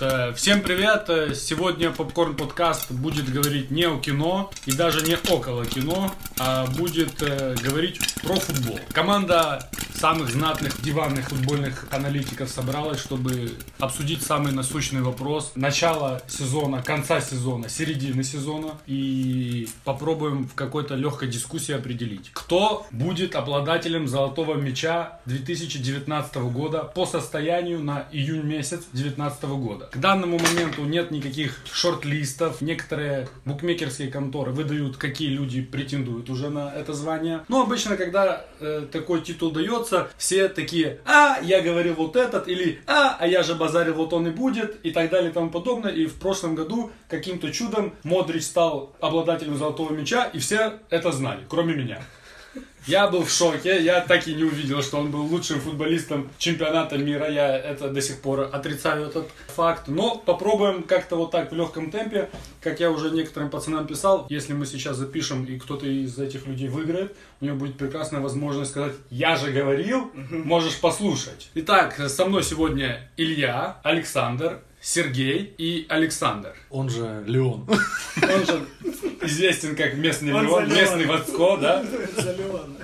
Э, Всем привет! Э, Сегодня Попкорн Подкаст будет говорить не о кино и даже не около кино, а будет э, говорить про футбол. Команда самых знатных диванных футбольных аналитиков собралась, чтобы обсудить самый насущный вопрос начала сезона, конца сезона, середины сезона и попробуем в какой-то легкой дискуссии определить, кто будет обладателем золотого мяча 2019 года по состоянию на июнь месяц 2019 года. К данному моменту нет никаких шорт-листов. Некоторые букмекерские конторы выдают, какие люди претендуют уже на это звание. Но обычно, когда э, такой титул дается, все такие «А, я говорил вот этот» или «А, а я же базарил, вот он и будет» и так далее и тому подобное. И в прошлом году каким-то чудом Модрич стал обладателем золотого мяча, и все это знали, кроме меня. Я был в шоке, я так и не увидел, что он был лучшим футболистом чемпионата мира. Я это до сих пор отрицаю этот факт. Но попробуем как-то вот так в легком темпе. Как я уже некоторым пацанам писал, если мы сейчас запишем и кто-то из этих людей выиграет, у него будет прекрасная возможность сказать «Я же говорил, можешь послушать». Итак, со мной сегодня Илья, Александр, Сергей и Александр. Он же Леон. Он же известен как местный Он Леон, залёт. местный Вацко, да? Залёван.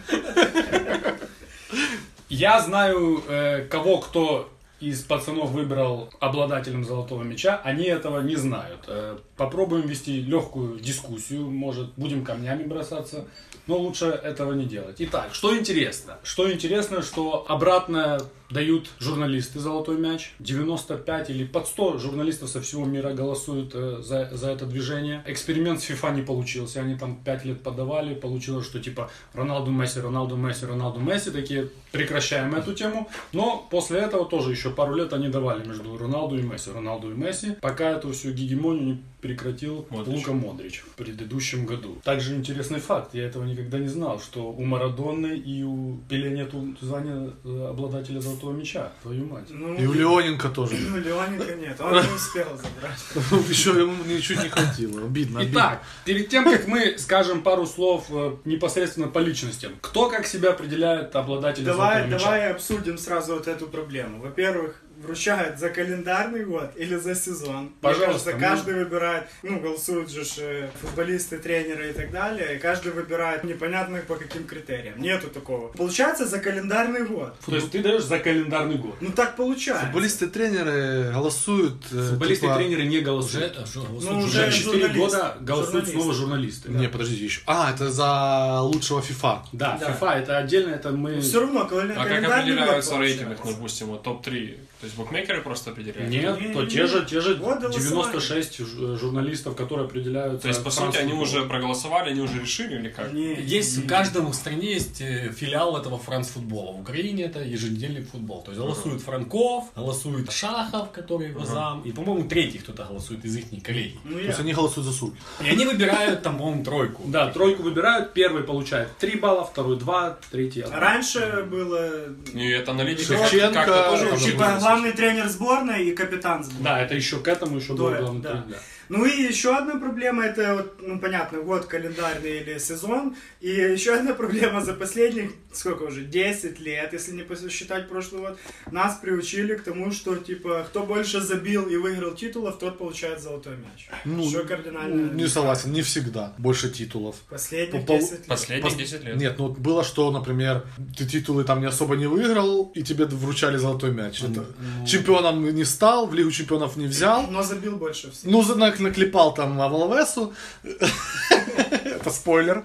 Я знаю, э, кого кто из пацанов выбрал обладателем золотого мяча, они этого не знают. Э, попробуем вести легкую дискуссию, может, будем камнями бросаться, но лучше этого не делать. Итак, что интересно? Что интересно, что обратно дают журналисты золотой мяч. 95 или под 100 журналистов со всего мира голосуют э, за, за это движение. Эксперимент с FIFA не получился. Они там 5 лет подавали. Получилось, что типа Роналду Месси, Роналду Месси, Роналду Месси. Такие прекращаем эту тему. Но после этого тоже еще пару лет они давали между Роналду и Месси. Роналду и Месси. Пока эту всю гегемонию не прекратил Модрич. Лука Модрич в предыдущем году. Также интересный факт, я этого никогда не знал, что у Марадонны и у Пеле нет звания э, обладателя золотого мяча. Твою мать. Ну, И у Леоненко тоже. ну, Леоненко нет, он не успел забрать. Еще ему ничуть не хватило. Обидно, обидно. Итак, перед тем, как мы скажем пару слов э, непосредственно по личностям, кто как себя определяет обладателем Давай, золотого мяча? давай обсудим сразу вот эту проблему. Во-первых, вручают за календарный год или за сезон. Пожалуйста, Мне кажется, каждый выбирает, ну, голосуют же ж, э, футболисты, тренеры и так далее, и каждый выбирает непонятно по каким критериям. Нету такого. Получается за календарный год. То есть ты даешь за календарный год. Ну так получается. Футболисты-тренеры голосуют. э, Футболисты и типа- тренеры не голосуют. Уже, уже, Ну, Уже, уже 4 журналист. года голосуют Журналист. снова журналисты. Не, подождите еще. А, это за лучшего FIFA. Да, Да. Ну, FIFA это отдельно, это мы... Все равно кален- А как календарный год определяются получается. рейтинг, допустим, вот топ-3? То есть букмекеры просто определяют? Нет, Не-не-не. то те же, те же Вот голосование. 96 жу- э, журналистов, которые определяют. То есть, по сути, они уже проголосовали, они уже решили или как? Не, Есть не- в каждом стране есть э, филиал этого францфутбола. В Украине это еженедельный футбол. То есть голосует Франков, голосует Шахов, который его зам, и, по-моему, третий кто-то голосует из их коллеги. Ну, То я. есть они голосуют за Сурки. И они выбирают там, по-моему, тройку. Да, тройку выбирают, первый получает 3 балла, второй 2, третий 1. Раньше было И это аналитика Шевченко, как-то тоже Типа, уже Типа выросла. главный тренер сборной и капитан сборной. Да, это еще к этому еще было Да, главное. да. три, да. Ну и еще одна проблема, это, вот, ну понятно, год календарный или сезон. И еще одна проблема за последних, сколько уже, 10 лет, если не посчитать прошлый год, нас приучили к тому, что типа, кто больше забил и выиграл титулов, тот получает золотой мяч. Ну, Что кардинально... Не согласен, не всегда. Больше титулов. Последних По- по- 10 лет. Последние Пос- 10 лет. Нет, ну вот было, что, например, ты титулы там не особо не выиграл, и тебе вручали золотой мяч. Это Чемпионом не стал, в Лигу чемпионов не взял. Но забил больше всех. Ну, за- нак- наклепал там Авалвесу. Это спойлер.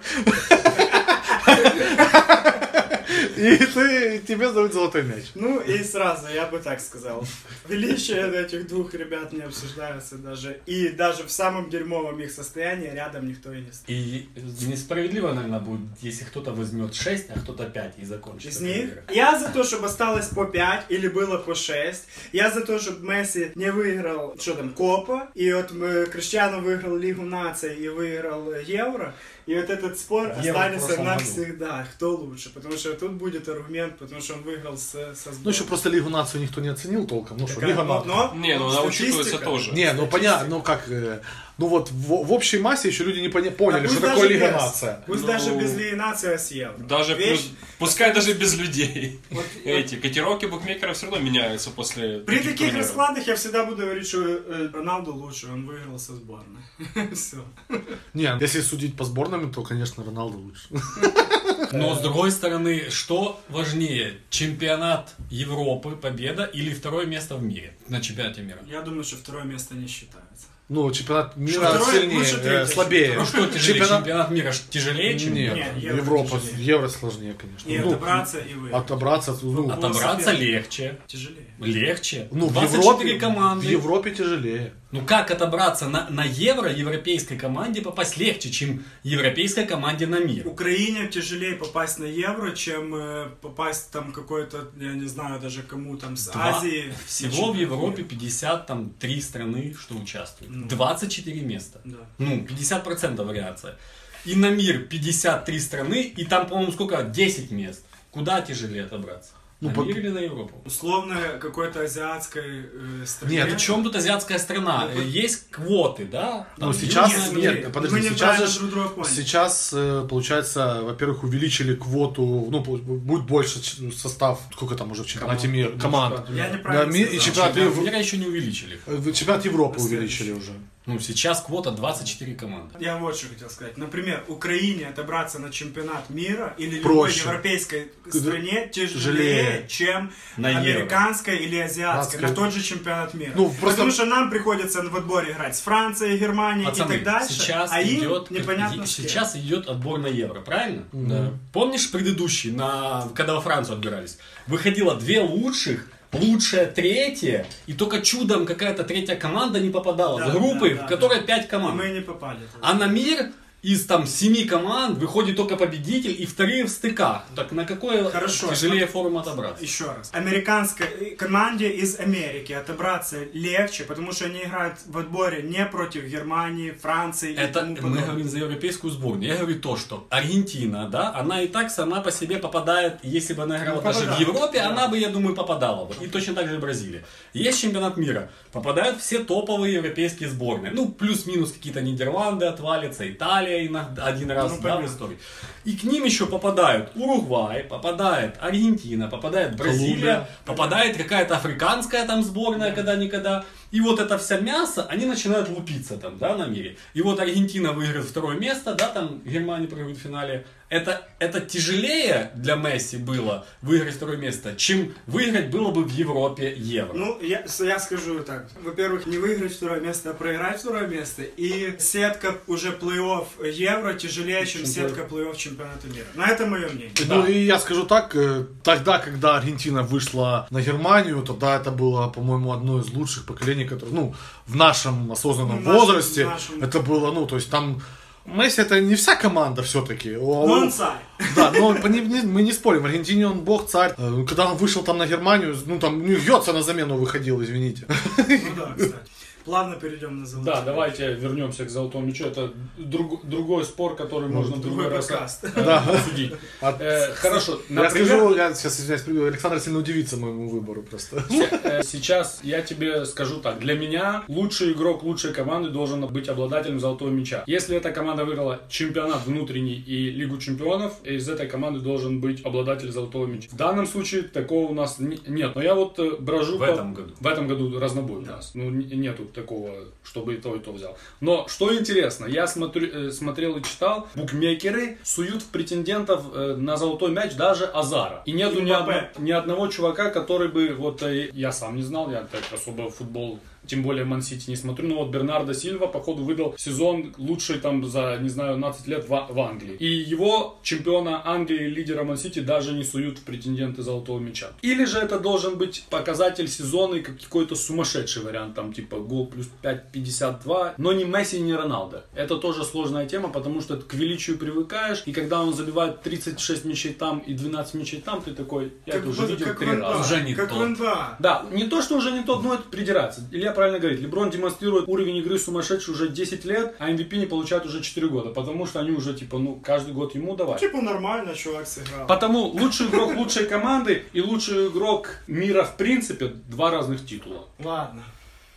И ты, тебе дают золотой мяч. Ну и сразу, я бы так сказал. Величие этих двух ребят не обсуждается даже. И даже в самом дерьмовом их состоянии рядом никто и не стоит. И несправедливо, наверное, будет, если кто-то возьмет 6, а кто-то 5 и закончит. Из эту них игру. я за то, чтобы осталось по 5 или было по 6. Я за то, чтобы Месси не выиграл, что там, Копа. И вот э, Криштиану выиграл Лигу Наций и выиграл э, Евро. И вот этот спор Евро в останется прошлом году. навсегда, кто лучше. Потому что тут будет аргумент, потому что он выиграл с, со Ну, еще сборной. просто Лигу нацию никто не оценил толком. Ну, что, Такая- Лига но- наций. но- Не, ну она статистика- учитывается тоже. Не, ну понятно, ну как... э, ну вот в, в общей массе еще люди не поня- поняли, Да что пусть такое даже Лига без. Нация. Пусть Ну, даже без Лиги Нация съел. Даже Вещь- плюс- пускай даже без людей. Вот- Эти котировки букмекеров все равно меняются после. При таких турниров. раскладах я всегда буду говорить, что э, Роналду лучше, он выиграл со сборной. Все. Не, ну, если судить по сборным, то, конечно, Роналду лучше. Но с другой стороны, что важнее, чемпионат Европы, победа или второе место в мире на чемпионате мира? Я думаю, что второе место не считается. Ну, чемпионат мира Второй сильнее, лучше э, третьего. слабее. Ну что тяжелее, Чемпионат- чемпионат мира ж тяжелее, чем Нет, Нет, евро Европа, тяжелее. евро сложнее, конечно. И Ну, отобраться и выиграть. отобраться, ну, От- Отобраться Соперник. легче. Тяжелее. Легче. ну, в 24 Европе, команды. в Европе тяжелее. Ну как отобраться на, на евро европейской команде попасть легче, чем европейской команде на мир? Украине тяжелее попасть на евро, чем э, попасть там какой-то, я не знаю даже кому там, с Два. Азии. Всего в Европе 53 страны, что Ну. участвуют. 24 места. Да. Ну, 50% вариация. И на мир 53 страны, и там, по-моему, сколько? 10 мест. Куда тяжелее отобраться? Ну, на по- мир или на Европу? Условно какой-то азиатской э, стране. Нет, В чем тут азиатская страна? Ну, Э, Есть квоты, да? Ну, Там сейчас Южная Нет, нет, смотри, подожди, мы не сейчас правильно же- друг друга поняли. Сейчас, э, получается, во-первых, увеличили квоту, ну, пу- будет больше ч- ну, состав, сколько там уже в чемпионате мира, Ну, команд. Я Да, неправильно ми- и сказал. чемпионат, Чемпионат Ев- мира еще не увеличили. э, в- чемпионат Европы Следующий. увеличили уже. Ну, сейчас квота 24 команды. Я вот что хотел сказать. Например, Украине отобраться на чемпионат мира или любой Проще. европейской стране тяжелее, Тяжелее. чем На евро. американской или азиатской, Азиатской. на тот же чемпионат мира. Ну, просто- Потому что нам приходится в отборе играть с Францией, Германией Пацаны, и так дальше, сейчас а им идет, непонятно е- с кем. сейчас идет отбор на евро, правильно? Да. Помнишь предыдущий, на, когда во Францию отбирались? Выходило две лучших, лучшая третья, и только чудом какая-то третья команда не попадала Да, в группы, да, да, в которой да. пять И команд. мы не попали. туда. А на мир из там семи команд выходит только победитель и вторые в стыках. Так на какое Хорошо, а тяжелее форум отобраться? Еще раз. Американской команде из Америки отобраться легче, потому что они играют в отборе не против Германии, Франции и Это тому мы подобное. говорим за европейскую сборную. Я говорю то, что Аргентина, да, она и так сама по себе попадает, если бы она играла Ну, даже в попадает. Европе, она бы, я думаю, попадала бы. И точно так же и Бразилия. Есть чемпионат мира, попадают все топовые европейские сборные. Ну, плюс-минус какие-то Нидерланды отвалятся, Италия иногда один раз, Ну, да, в понятно. истории. И к ним еще попадают Уругвай, попадает Аргентина, попадает Бразилия, Колумбия. попадает какая-то африканская там сборная когда-никогда. И вот это все мясо, они начинают лупиться там, да, на мире. И вот Аргентина выиграет второе место, да, там Германия проиграет в финале. Это, это тяжелее для Месси было выиграть второе место, чем выиграть было бы в Европе Евро. Ну, я, с- я скажу так. Во-первых, не выиграть второе место, а проиграть второе место. И сетка уже плей-офф Евро тяжелее, чем сетка плей-офф чемпионата мира. На это мое мнение. Ну и я скажу так, э, тогда, когда Аргентина вышла на Германию, тогда это было, по-моему, одно из лучших поколений, которое, ну, в нашем осознанном В нашем- возрасте, в нашем. это было, ну, то есть там... Месси это не вся команда а все-таки. Ну, он царь. Да, но по- не- не- мы не спорим, в Аргентине он бог, царь. Э, Когда он вышел там на Германию, ну там ну, Йоца на замену выходил, извините. Ну да, кстати. Плавно перейдем на золотой. Да, давайте вернемся к золотому мячу. Это друг- другой спор, который можно в другой Ну, Другой раз подкаст. э, обсудить. А- Э, Хорошо, Я например, скажу, я сейчас извиняюсь, прибью, Александр сильно удивится моему выбору просто. Э, Сейчас я тебе скажу так. Для меня лучший игрок лучшей команды должен быть обладателем золотого мяча. Если эта команда выиграла чемпионат внутренний и Лигу чемпионов, из этой команды должен быть обладатель золотого мяча. В данном случае такого у нас не- нет. Но я вот э, брожу В ну, по- этом году. В этом году разнобой у нас. Ну, н- нету такого, чтобы и то, и то взял. Но, что интересно, я смотрю, э, смотрел и читал, букмекеры суют в претендентов э, на золотой мяч даже Азара. И нету ни, Мбаппе. одно- ни одного чувака, который бы, вот э, я сам не знал, я так особо футбол, тем более Мансити не смотрю, но вот Бернардо Сильва, походу, выдал сезон лучший там за, не знаю, 12 лет в, А- в Англии. И его, чемпиона Англии, лидера Мансити, даже не суют в претенденты золотого мяча. Или же это должен быть показатель сезона и как- какой-то сумасшедший вариант, там типа гол плюс 5,52, но не Месси, не Роналдо. Это тоже сложная тема, потому что ты к величию привыкаешь, и когда он забивает 36 мячей там и 12 мячей там, ты такой, я Как это уже вот- видел как три в НБА, раза. Уже не Как тот. в НБА. Да, не то, что уже не тот, но это придирается. Илья правильно говорит, Леброн демонстрирует уровень игры сумасшедший уже 10 лет, а MVP не получают уже 4 года, потому что они уже, типа, ну, каждый год ему давать. Типа нормально чувак сыграл. Потому лучший игрок лучшей команды и лучший игрок мира в принципе два разных титула. Ладно.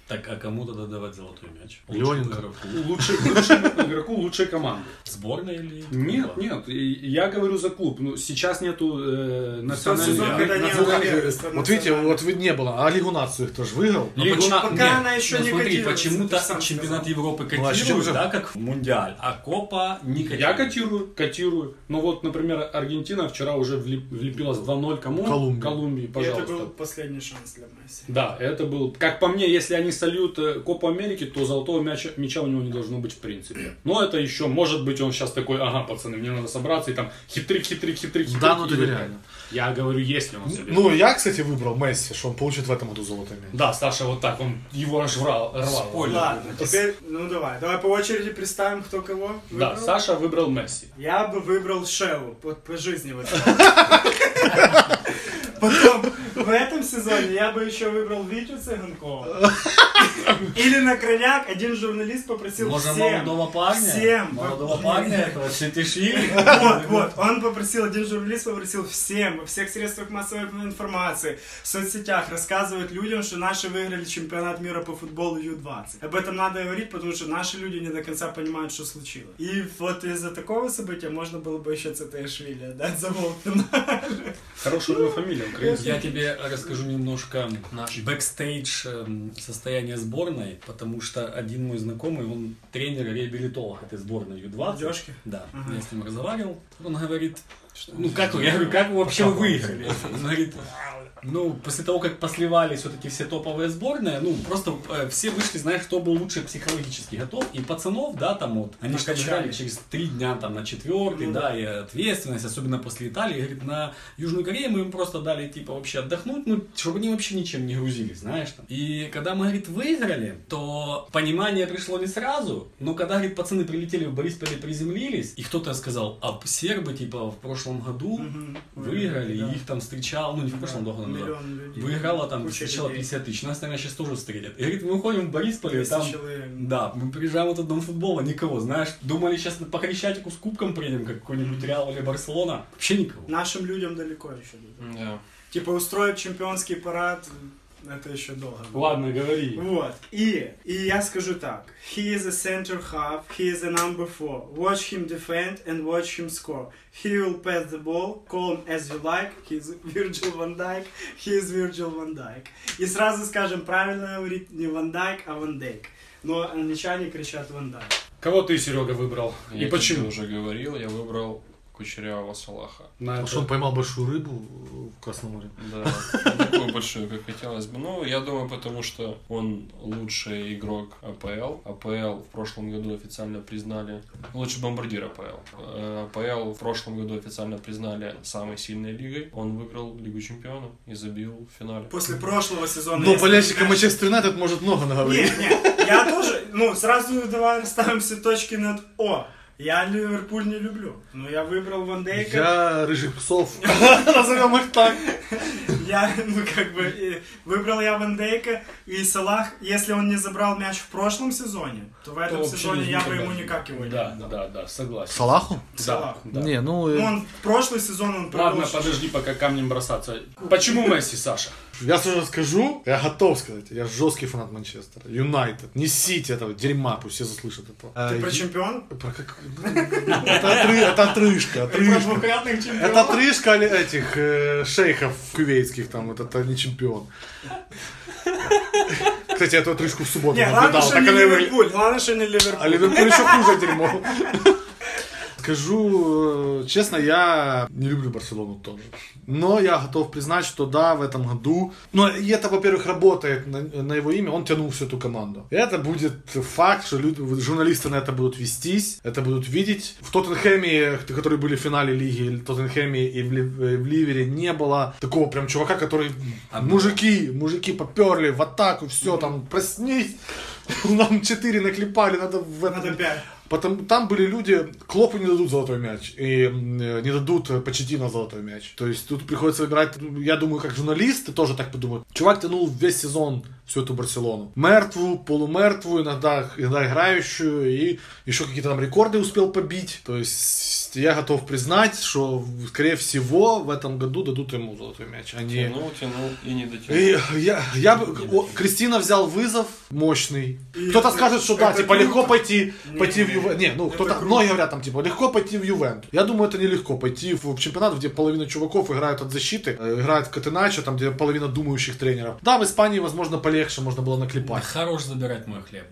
Так, а кому тогда давать золотой мяч? Леоненко. Лучшему игроку. Лучше, лучшему игроку лучшей команды. Сборной или? Нет, клуба? нет, и- я говорю за клуб. Ну, сейчас нету э, сезон, национальной... когда не Ну, как, уверен, э, что Вот видите, национально. вот вы- не было. А Лигу нацию кто же выиграл? Но Лигу почему- на- пока она еще ну не смотри, котируется, ты почему-то же сам чемпионат сказал. Европы Ну, а с чем котируют, же? да, как мундиаль, а Копа не котирует. Я котирую, котирую. Но вот, например, Аргентина вчера уже влип- влепилась 2-0 кому? Колумбии. Колумбии, И это пожалуйста. был последний шанс для Месси. Да, это был... Как по мне, если они сольют э, Копу Америки, то золотого мяча, мяча у него не должно быть в принципе. Но это еще, может быть, он сейчас такой, ага, пацаны, мне надо собраться, и там хитрик, хитрик, хитрик, хитрик. Да, ну и это выиграет. реально. Я говорю, если он соберет. Ну, я, кстати, выбрал Месси, что он получит в этом году золотой мяч. Да, Саша вот так, он его аж врал, рвал. Спойлер. Ладно, теперь, ну давай, давай по очереди представим, кто кого Да, выбрал. Саша выбрал Месси. Я бы выбрал Шелу по, по жизни вот. Потом, в этом сезоне я бы еще выбрал Витю Цыганкова. Или на крайняк один журналист попросил Можно всем. молодого парня? Всем. Молодого парня этого Шетишвили? Вот, вот. Он попросил, один журналист попросил всем, во всех средствах массовой информации, в соцсетях рассказывать людям, что наши выиграли чемпионат мира по футболу Ю-20. Об этом надо говорить, потому что наши люди не до конца понимают, что случилось. И вот из-за такого события можно было бы еще Цитаишвили отдать за Волкина. Хорошая у него фамилия украинская. Я тебе расскажу немножко наш бэкстейдж эм, состояние сборной, потому что один мой знакомый, он тренер-реабилитолог этой сборной Ю-20. Дёшки? Да, Ага. я с ним разговаривал. Он говорит, ну как вы, я говорю, как вы вообще выиграли? Он говорит, ну, после того, как посливались вот эти все топовые сборные, ну, просто э, все вышли, знаешь, кто был лучше психологически готов. И пацанов, да, там вот, они же Накачали. играли через три дня там на четвертый, Ну да, и ответственность, особенно после Италии. Говорит, на Южную Корею мы им просто дали, типа, вообще отдохнуть, ну, чтобы они вообще ничем не грузились, знаешь, там. И когда мы, говорит, выиграли, то понимание пришло не сразу, но когда, говорит, пацаны прилетели в Борисполе, приземлились, и кто-то сказал, а сербы, типа, в прошлом году Мгм. выиграли, Да. и их там встречал, ну, не в прошлом году, а наверное. Миллион людей. Выиграла там Куча сначала людей. 50 тысяч, нас, наверное, сейчас тоже встретят. И говорит, мы уходим в Борисполе, 200 там... человек. Да, мы приезжаем в этот дом футбола, никого, знаешь, думали сейчас по Крещатику с кубком приедем, как какой-нибудь Реал или Барселона, вообще никого. Нашим людям далеко еще. до этого. Да. Типа устроить чемпионский парад, это еще долго. Ладно, говори. Вот. И, и я скажу так. He is a center half, he is a number four. Watch him defend and watch him score. He will pass the ball, call him as you like. He is Virgil van Dijk, he is Virgil van Dijk. И сразу скажем, правильно говорит не Ван Дайк, а Ван Дейк. Но англичане кричат Ван Дайк. Кого ты, Серега, выбрал? Я И тебе почему? уже говорил, я выбрал Кучерявого Салаха. На Потому это- что он поймал большую рыбу э, в Красном море. Да, не такую большую, как хотелось бы. Ну, я думаю, потому что он лучший игрок А АПЛ. АПЛ в прошлом году официально признали... Лучший бомбардир АПЛ. Э, АПЛ в прошлом году официально признали самой сильной лигой. Он выиграл Лигу Чемпионов и забил в финале. После прошлого сезона... Но если ты болельщика знаешь- Ну, Манчестер Юнайтед может много наговорить. Нет, нет, я тоже, ну, сразу давай расставим все точки над О. Я Ливерпуль не люблю, но я выбрал Ван Дейка. Я рыжих псов. Назовем их так. Я, ну, как бы, и выбрал я Ван Дейка и Салах. Если он не забрал мяч в прошлом сезоне, то в этом вообще сезоне не я бы никогда ему не- никак его не Да, отдал. да, да, согласен. Салаху? Да, Салах. да. Не, ну, Ну, э, Он прошлый сезон он Ладно, продолжил. подожди, пока камнем бросаться. Почему Месси, Саша? я сразу скажу, я готов сказать, я жесткий фанат Манчестера. Юнайтед, не Сити этого дерьма, пусть все заслышат это. Ты Э, про и- чемпион? про как- Это отры- это отрыжка, Про отрыжка. двукратных чемпионов. Это отрыжка ли- этих э, шейхов кувейтских, там, вот это не чемпион. Кстати, я эту отрыжку в Ну, субботу Не, главное, наблюдал. что так не она и выгля- Ливерпуль. Главное, что не А Ливерпуль. Ливерпуль еще хуже дерьмо. Скажу э, честно, я не люблю Барселону тоже. Но я готов признать, что да, в этом году... Но и это, во-первых, работает на, на его имя. Он тянул всю эту команду. И это будет факт, что люди, журналисты на это будут вестись, это будут видеть. В Тоттенхэме, которые были в финале лиги, в Тоттенхэме и в, Лив- э, в Ливере не было такого прям чувака, который... мужики, мужики поперли в атаку, все, там, проснись. Нам 4 наклепали, надо в этом... Надо пять. Потом, там были люди, Клопу не дадут золотой мяч, и м, э, не дадут э, Почетино золотой мяч. То есть тут приходится выбирать, ну, я думаю, как журналисты тоже так подумают. Чувак тянул весь сезон всю эту Барселону. Мертвую, полумертвую, иногда, иногда играющую, и еще какие-то там рекорды успел побить. То есть я готов признать, что, скорее всего, в этом году дадут ему золотой мяч, а не... Тянул, тянул и не дотянул. И я, я бы, о, Кристина взял вызов мощный. И кто-то это- скажет, что да, это типа круто. легко пойти, Не, пойти в не, Ювентус. Не, ну это кто-то, круто. многие говорят там типа легко пойти в Ювентус. Я думаю, это нелегко пойти в чемпионат, где половина чуваков играют от защиты, э, играют в Катеначо, там где половина думающих тренеров. Да, в Испании, возможно, полегче можно было наклепать. Хорош забирать мой хлеб.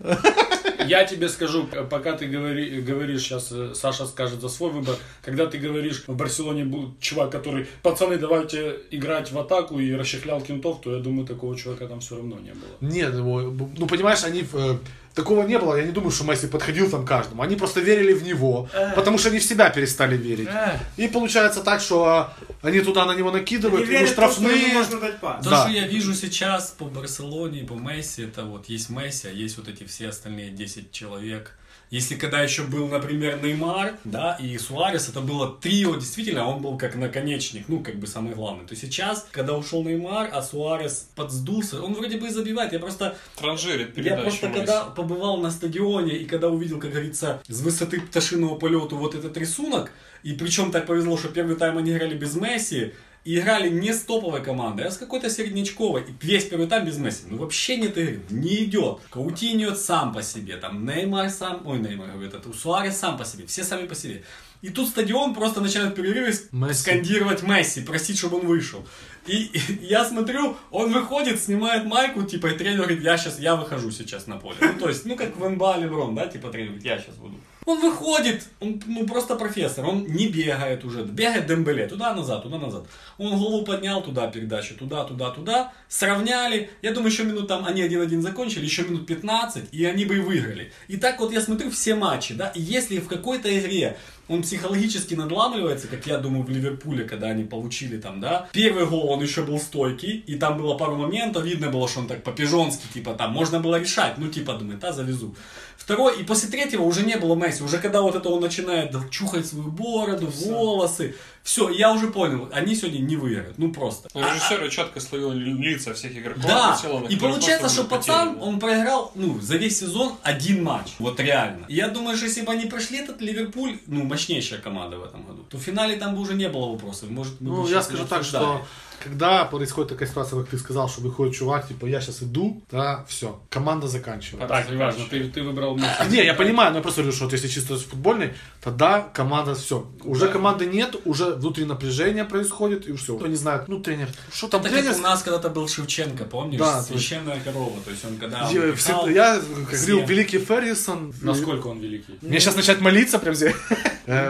Я тебе скажу, э, пока ты говори- говоришь, сейчас Саша скажет за свой выбор, когда ты говоришь, в Барселоне был чувак, который, пацаны, давайте играть в атаку и расчехлял кентов, то я думаю, такого чувака там все равно не было. Нет, его, ну понимаешь, они э, такого не было. Я не думаю, что Месси подходил там каждому. Они просто верили в него, Э. потому что они в себя перестали верить. И получается так, что э, они туда на него накидывают, верят ему в то, что штрафные. ему можно дать пас. То, Да. что я вижу сейчас по Барселоне и по Месси, это вот есть Месси, а есть вот эти все остальные 10 человек. Если когда еще был, например, Неймар, да, и Суарес, это было трио, действительно, он был как наконечник, ну, как бы самый главный. То сейчас, когда ушел Неймар, а Суарес подсдулся, он вроде бы и забивает. Я просто, Транжирит я передачу просто Месси. когда побывал на стадионе и когда увидел, как говорится, с высоты пташиного полета вот этот рисунок, и причем так повезло, что первый тайм они играли без Месси, и играли не с топовой командой, а с какой-то середнячковой. И весь первый тайм без Месси. Ну вообще нет игры, не идет. Каутиньо сам по себе, там Неймар сам, ой, Неймар говорит, это Суарес сам по себе, все сами по себе. И тут стадион просто начинает в перерыве с- Месси. скандировать Месси, просить, чтобы он вышел. И, и я смотрю, он выходит, снимает майку, типа, и тренер говорит, я сейчас, я выхожу сейчас на поле. Ну, то есть, ну, как в НБА Леброн, да, типа, тренер говорит, я сейчас буду. Он выходит, он ну просто профессор, он не бегает уже, бегает Дембеле, туда-назад, туда-назад. Он голову поднял, туда передачу, туда-туда, туда, сравняли. Я думаю, еще минут там, они 1-1 закончили, еще минут 15, и они бы и выиграли. И так вот я смотрю все матчи, да, и если в какой-то игре он психологически надламывается, как я думаю, в Ливерпуле, когда они получили там, да. Первый гол, он еще был стойкий, и там было пару моментов, видно было, что он так по-пижонски, типа, там, можно было решать, ну, типа, думает, да, завезу. Второй, и после третьего уже не было Месси, уже когда вот это он начинает чухать свою бороду, волосы, все, я уже понял, они сегодня не выиграют, ну, просто. Ну, Режиссер четко словил ли- лица всех игроков. Да, Марсело, на и которые получается, просто что были пацан, потеряны. он проиграл, ну, за весь сезон один матч. Вот реально. И я думаю, что если бы они прошли этот Ливерпуль, ну, мощнейшая команда в этом году, то в финале там бы уже не было вопросов. Может, мы бы Ну, я сейчас не скажу так, обсуждали. что когда происходит такая ситуация, как ты сказал, что выходит чувак, типа, я сейчас иду, да, все, команда заканчивает. Так, неважно, ты, ты выбрал Месси. А, Не, я понимаю, но я просто говорю, что вот если чисто с футбольной, тогда команда все. Уже команды нет, уже внутри напряжение происходит, и все. Кто не знает, ну тренер, что там Так тренер? как у нас когда-то был Шевченко, помнишь? Да, то есть- Священная корова. То есть он когда он Я, играл, всегда- я, как говорил, Все. великий Феррисон. Насколько он великий? Мне сейчас начать молиться прям здесь.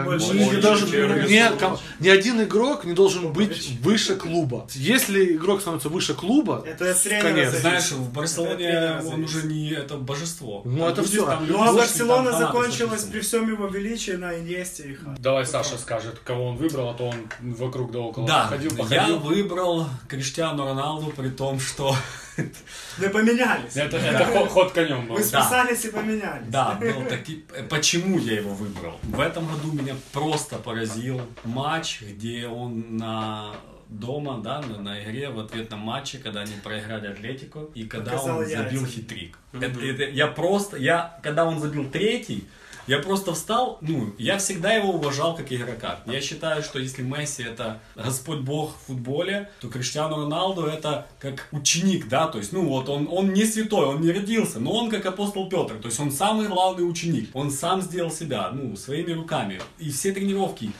Больше Не Больше, должен- чем не Фергюсон. ком- Э, Ни один игрок не должен быть выше клуба. Если игрок становится выше клуба, Это от тренера конец. зависит. Знаешь, в Барселоне Это тренер он уже не это божество. Ну, Там это люди- всё. там люди Ну а зашли, Барселона там фанаты закончилась зашли. при всем его величии на Иньесте и Хане. Давай Саша скажет, кого он выбрал, а то он вокруг да около Да, ходил, я походил. выбрал Криштиану Роналду, при том, что Да поменялись. Это, это ход, ход конем был. Вы списались и поменялись. Да, был таки... э, Почему я его выбрал? В этом году меня просто поразил матч, где он на дома, да, на, на игре, в ответном матче, когда они проиграли Атлетику, и когда Показал он яйца. забил хитрик. Это- это я просто, я, когда он забил третий, я просто встал, ну, я всегда его уважал как игрока. Я считаю, что если Месси это Господь Бог в футболе, то Криштиану Роналду это как ученик, да, то есть, ну вот он, он не святой, он не родился, но он как апостол Петр, то есть он самый главный ученик, он сам сделал себя, ну, своими руками, и все тренировки.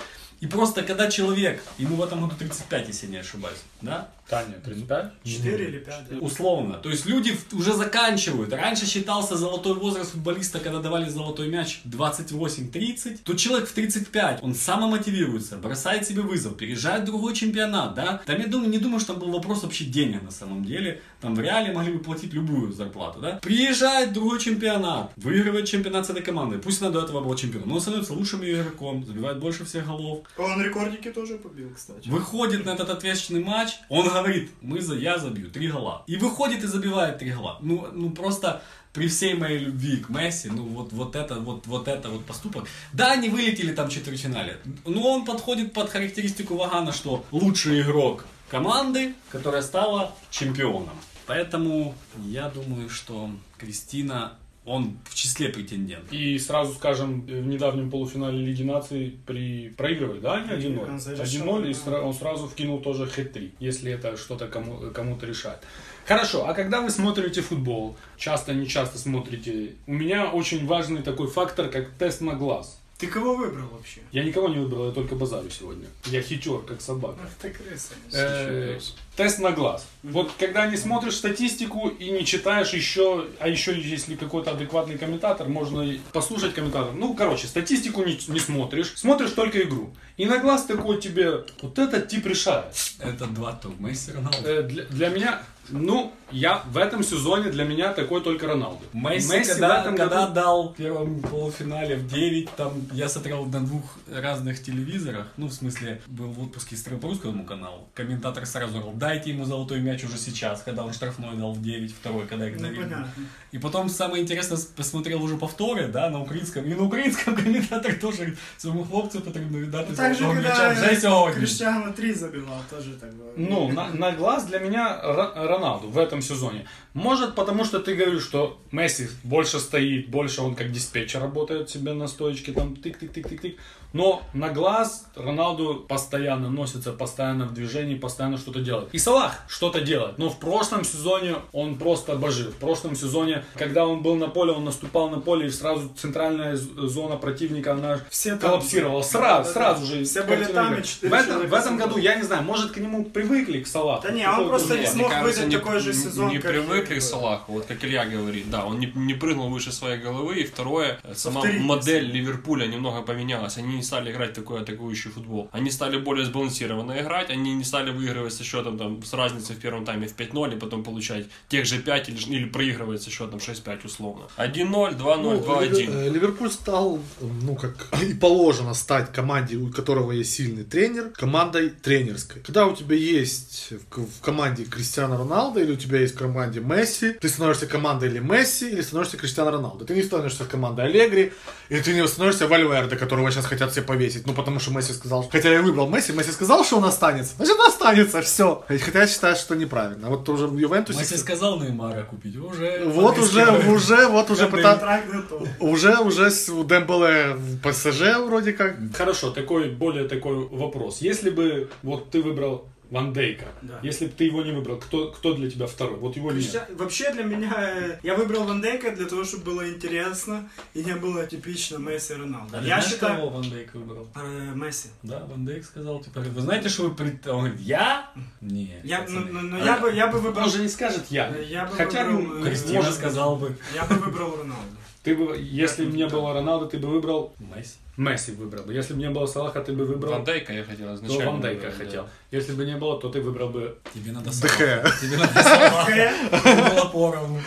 И просто когда человек, ему в этом году 35, если я не ошибаюсь, да, Таня, 35? 4 или 5. Э, Условно. То есть люди в- уже заканчивают. Раньше считался золотой возраст футболиста, когда давали золотой мяч 28-30. То человек в 35, он самомотивируется, бросает себе вызов, переезжает в другой чемпионат, да? Там я думаю, не думаю, что там был вопрос вообще денег на самом деле. Там в реале могли бы платить любую зарплату, да? Приезжает в другой чемпионат, выигрывает чемпионат с этой командой. Пусть она до этого была чемпионом, но он становится лучшим ее игроком, забивает больше всех голов. Он рекордики тоже побил, кстати. Выходит на этот ответственный матч, он говорит, мы за, я забью три гола. И выходит и забивает три гола. Ну, ну просто при всей моей любви к Месси, ну вот, вот это, вот, вот это вот поступок. Да, они вылетели там в четвертьфинале, но он подходит под характеристику Вагана, что лучший игрок команды, которая стала чемпионом. Поэтому я думаю, что Кристина, он в числе претендентов. И сразу скажем, э, в недавнем полуфинале Лиги Наций при... проигрывали, да, они 1-0? Он завершил, 1-0, и да. сра- он сразу вкинул тоже хет-3, если это что-то кому- кому-то решает. Хорошо, а когда вы смотрите футбол, часто, не часто смотрите, у меня очень важный такой фактор, как тест на глаз. Ты кого выбрал вообще? Я никого не выбрал, я только базарю сегодня. Я хитер, как собака. Ах ты крыса. Э, Тест на глаз. Вот когда не смотришь статистику и не читаешь еще, а еще если какой-то адекватный комментатор, можно и послушать комментатор. Ну, короче, статистику не, не смотришь, смотришь только игру. И на глаз такой тебе, вот этот тип решает. Это два тур. Месси Роналду. Э, Для, для меня, ну, я в этом сезоне для меня такой только Роналду. Месси, в когда, этом когда году- дал в первом полуфинале в 9, там я смотрел на двух разных телевизорах, ну, в смысле, был в отпуске с по русскому каналу. Комментатор сразу говорил, дайте ему золотой мяч уже сейчас, когда он штрафной дал в 9, второй, когда их Ну, довели. понятно. И потом самое интересное, с- посмотрел уже повторы, да, на украинском. И на украинском комментатор тоже своему хлопцу потрібно віддати Ну, так же, золотого м'яча когда вже сьогодні. Криштиану 3 забивал, тоже так было. Ну, на, на глаз для меня Ро- Роналду в этом сезоне. Может, потому что ты говоришь, что Месси больше стоит, больше он как диспетчер работает себе на стоечке, там тык-тык-тык-тык-тык. Но на глаз Роналду постоянно носится, постоянно в движении, постоянно что-то делает. И Салах что-то делает. Но в прошлом сезоне он просто божил. В прошлом сезоне, когда он был на поле, он наступал на поле, и сразу центральная з- зона противника, она Все там- коллапсировала. Сразу, Да-да-да. сразу же. Все картина были там, игры. и четыре в этом, в человека этом году сразу. я не знаю, может к нему привыкли к Салаху. Да не, а он Какой просто бы не он был. смог выдать такой же не- сезон, Не как привык и к Салаху, вот как Илья говорит, да, он не, не прыгнул выше своей головы. И второе, э, сама Повторить. модель Ливерпуля немного поменялась. Они не стали играть в такой атакующий футбол. Они стали более сбалансированно играть, они не стали выигрывать со счетом там, с разницей в первом тайме в 5-0 и потом получать тех же 5 или, ж- или проигрывать со счетом 6-5 условно. 1-0, 2-0, Ну, Ливер- 2-1. э, Ливерпуль стал, ну, как и положено стать команде, у которого есть сильный тренер, командой тренерской. Когда у тебя есть в, к- в команде Кристиана Роналдо или у тебя есть в команде Месси, ты становишься командой или Месси, или становишься Кристиана Роналдо. Ты не становишься командой Аллегри, или ты не становишься Вальверде, которого сейчас хотят все повесить. Ну, потому что Месси сказал, что- хотя я выбрал Месси, Месси сказал, что он останется. Значит, он останется, все. Хотя я считаю, что неправильно. Вот тоже в Ювентусе... Месі сказав Неймара купити, уже... Ну, Вот уже, уже, вот уже пытаться... Контракт готов. Уже, уже с- у Дембеле в ПСЖ вроде как. Хорошо, такой более такой вопрос. Если бы вот ты выбрал Ван Дейка, Да. если бы ты его не выбрал, кто, кто для тебя второй? Вот его нет. Крища- Вообще для меня э, я выбрал Ван Дейка для того, чтобы было интересно и не было типично Месси и Роналду. А я считаю Ван Дейк выбрал? э, Месси. Да, Ван Дейк сказал, типа, вы знаете, что вы... Пред... А Он говорит, я? Не. Я, ну, пацаны». ну, ну, А, я бы я бы Он выбрал же не скажет я. Я бы Хотя выбрал, ну, э, Кристина может, сказал бы я бы выбрал Роналду. Ты бы, если бы не было Роналду, ты бы выбрал Месси. Месси выбрал бы. Если бы не было Салаха, ты бы э, выбрал Ван Дейка я хотел то изначально. Ван Дейка выбрать, да. хотел. Если бы не было, то ты выбрал бы. Тебе надо ДХ. Тебе надо салат. Э, Было поровну.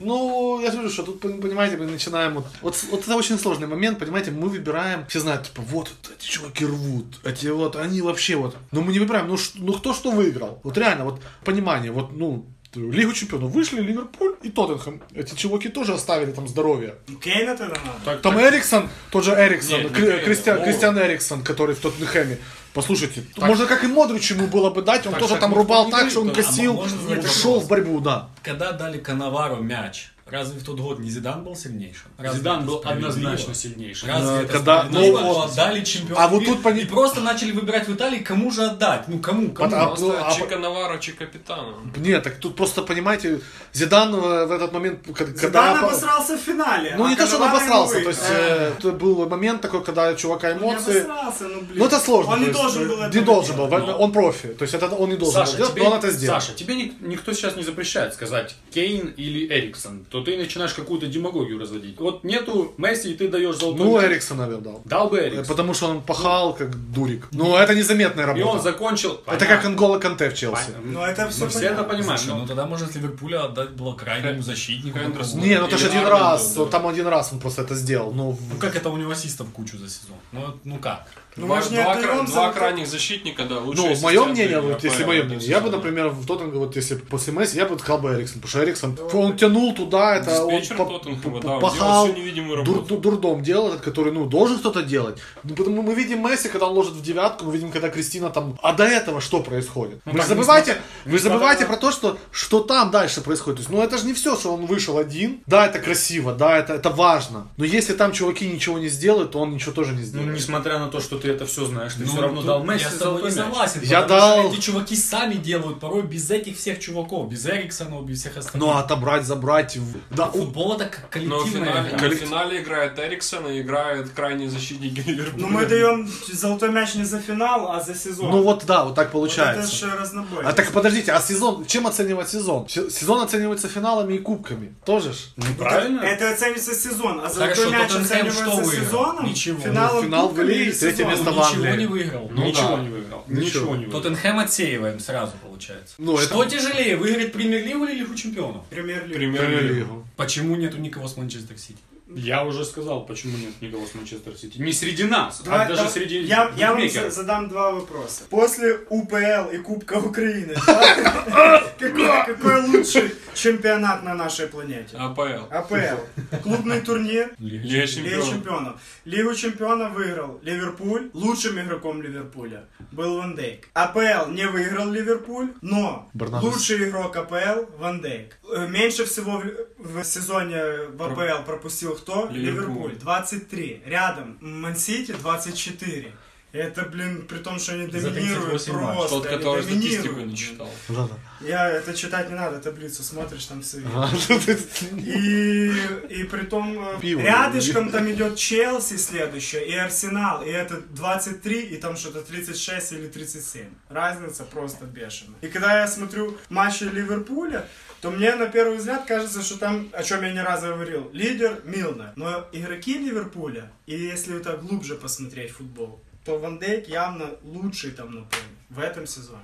Ну, я говорю, что тут, пон- понимаете, мы начинаем вот, вот... с- вот это очень сложный момент, понимаете, мы выбираем, все знают, типа, вот эти чуваки рвут, эти вот, они вообще вот... Но мы не выбираем, ну, ш- ну кто что выиграл? Вот реально, вот понимание, вот, ну, Лигу чемпионов вышли, Ливерпуль и Тоттенхэм. Эти чуваки тоже оставили там здоровье. ну, Кейн это Роналду. Так, Там так, Эриксон, тот же Эриксон, Нет, не Кри- Кейн, Кристиан, о. Кристиан Эриксон, который в Тоттенхэме. Послушайте, можно как и Модричу ему было бы дать, он Так, тоже так, там может, рубал не так, дают, что он да. А косил, можно задать шел вопрос? в борьбу, да. Когда дали Коновару мяч, разве в тот год не Зидан был сильнейшим? Разве Зидан это был справедливо? однозначно сильнейший. Разве Э, это когда- справедливо, ну, что вот. отдали чемпиону А вот мира тут пони- И просто начали выбирать в Италии, кому же отдать? Ну, кому? кому? Потом- Просто Ну, а Чи по- Канаваро, Чи Капитано. Нет, так тут просто, понимаете, Зидан э, в этот момент, к- когда... Зидан по- обосрался в финале. Ну, а не то, что он Коновалов обосрался, его то есть выиграл. э, это был момент такой, когда у чувака Он не эмоции... обосрался, ну, блин. Ну, это сложно. Он не то есть, должен э, был Не этого должен был, делать. в- он профи. То есть это он не должен был Саша, делать, тебе, но ну, он это сделал. Саша, тебе ник- никто сейчас не запрещает сказать Кейн или Эриксон, то ты начинаешь какую-то демагогию разводить. Вот нету Месси, и ты даешь золотой Ну, мяч. Эриксон, наверное, дал. Дал бы Э, Эриксон. Потому что он пахал, как дурик. Ну, это незаметная И он работа. закончил... Это как Ангола Канте в Челси. Ну, это всё Мы все это понятно. понимаем. Слушай, ну тогда, может, Ливерпуля отдать было крайнему защитнику. Хендерсон. Ну, Не, ну это Или же один Арнольд, раз, да. там один раз он просто это сделал. Ну, в- Ну как это у него ассистов кучу за сезон? Ну, вот, ну как? Ну, два, мы же не два отдаем кра- за- два крайних защитника, да, лучше. Ну, мое мнение, вот если а мое мнение, я бы, например, в Тоттенхэм, вот если бы после Месси, я бы отыскал бы Эриксон, потому что Эриксон, он тянул туда, это он Диспетчер по- Тоттенхэма, по- да, он пахал, делал всю невидимую дур- работу. дур- дурдом делал, этот, который, ну, должен кто-то делать. Ну, потому мы видим Месси, когда он ложит в девятку, мы видим, когда Кристина там, а до этого что происходит? вы так, же забывайте, не вы же забывайте смотря- про то, что, что там дальше происходит. То есть, ну, это же не все, что он вышел один. Да, это красиво, да, это, это важно. Но если там чуваки ничего не сделают, то он ничего тоже не Ну, сделает. несмотря на то, что ты это все знаешь, ты Ну, все равно тут дал Месси Я с тобой золотой не мяч. согласен. Я потому что дал- Эти чуваки сами делают порой без этих всех чуваков, без Эриксона, без всех остальных. а А Ну, отобрать, забрать. в- Да, у- Футбол это как Но в коллективная финале, игра. но в финале играет Эриксон и играет крайний защитник Ливерпуля. Ну мы даем золотой мяч не за финал, а за сезон. ну вот да, вот так Вот получается. это же разнобой. А так подождите, а сезон, чем оценивать сезон? Се- Сезон оценивается финалами и кубками, тоже ж. Ну, правильно? Это оценивается сезон, а Хорошо, золотой мяч Тоттенхэм что оценивается выиграл? сезоном, Ничего. финалом Ну, финал кубками были, или третье сезоном? место Он в ничего Англии. не выиграл. Ну, ничего да. не выиграл. Ничего. Ничего не выиграл. Тоттенхэм отсеиваем сразу, получается. Ну, Что это тяжелее, выиграть премьер-лигу или Лигу чемпионов? Премьер-лига. Премьер-лигу. Премьер-лигу. Почему нету никого с Манчестер Сити? Я уже сказал, почему нет никого с Манчестер Сити. Не среди нас, Два- а даже да- среди я, я вам за- букмекеров. задам два вопроса. После УПЛ и Кубка Украины, да, какой какой лучший чемпионат на нашей планете? АПЛ. АПЛ. Клубный турнир. Лига Лига чемпионов. чемпионов. Лигу чемпионов выиграл Ливерпуль. Лучшим игроком Ливерпуля был Ван Дейк. АПЛ не выиграл Ливерпуль, но Бернардес. лучший игрок АПЛ Ван Дейк. Э, Меньше всего в, в сезоне в АПЛ пропустил кто? Ливерпуль. Ливерпуль. 23. Рядом Мансити 24. Это, блин, при том, что они За доминируют 38 матч. просто. Тот, они который статистику доминируют. не читал. Да-да. Я это читать не надо, таблицу смотришь, там все видно. Ага. И, и при том э, Пиво. рядышком там идет Челси следующее и Арсенал, и это 23, и там что-то 36 или 37. Разница просто бешеная. И когда я смотрю матчи Ливерпуля, то мне на первый взгляд кажется, что там, о чем я не раз говорил, лидер Милнер. Но игроки Ливерпуля, и если так глубже посмотреть футбол, то Ван Дейк явно лучший там на поле в этом сезоне.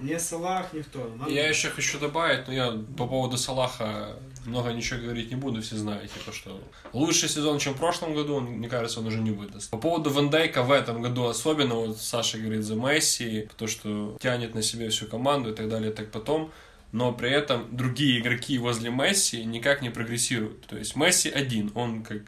Не Салах, никто. Ван Я Дейк. еще хочу добавить, но я по поводу Салаха много ничего говорить не буду, все знаете, то что лучший сезон, чем в прошлом году, он, мне кажется, он уже не выдаст. По поводу Ван Дейка в этом году особенно, вот Саша говорит за Месси, то, что тянет на себе всю команду и так далее, и так потом, но при этом другие игроки возле Месси никак не прогрессируют. То есть Месси один, он как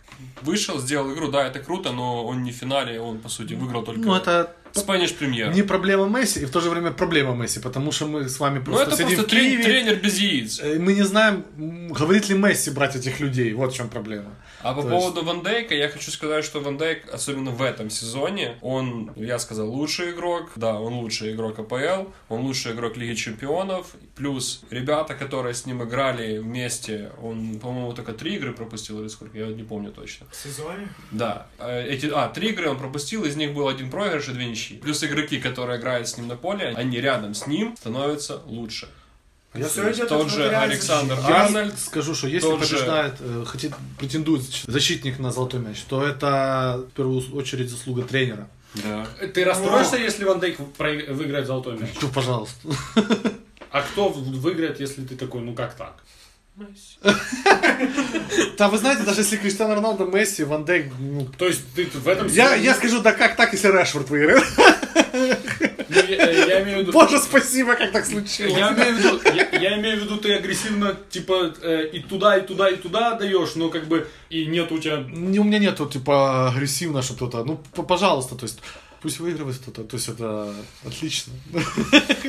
вышел, сделал игру, да, это круто, но он не в финале, он, по сути, выиграл только Ну, это Spanish Premier. Ну, не проблема Месси, и в то же время проблема Месси, потому что мы с вами Ну, просто это сидим просто в трен- Киеве, тренер без яиц. э, и мы не знаем, м, говорит ли Месси брать этих людей, вот в чем проблема. А по То поводу Ван Дейка, я хочу сказать, что Ван Дейк, особенно в этом сезоне, он, я сказал, лучший игрок. Да, он лучший игрок АПЛ, он лучший игрок Лиги Чемпионов. Плюс ребята, которые с ним играли вместе, он, по-моему, только три игры пропустил или сколько, я вот не помню точно. В сезоне? Да. Э, Эти, а, три игры он пропустил, из них был один проигрыш и две ничьи. Плюс игроки, которые играют с ним на поле, они рядом с ним становятся лучше. Я Всё идет Тот от же вратаря и Александр защитника. Я Арнольд, скажу, что если тот же- побеждает, э, хотит, претендует защитник на золотой мяч, то это в первую очередь заслуга тренера. Да. Ты расстроишься, если Ван Дейк проиг- выиграет золотой мяч? Ну, пожалуйста. А кто в- выиграет, если ты такой, ну как так? Да, вы знаете, даже если Криштиану Роналдо, Месси, Ван Дейк, ну, То есть ты в этом Я, сезоне- я скажу, да как так, если Решфорд выиграет? Ну, я, я имею в виду... Боже, спасибо, как так случилось. Я имею, в виду, я, я имею в виду, ты агрессивно, типа, э, и туда, и туда, и туда даешь, но как бы и нет у тебя... Не, у меня нету, типа, агрессивно, что кто-то, ну, п- пожалуйста, то есть, пусть выигрывает кто-то, то есть, это отлично.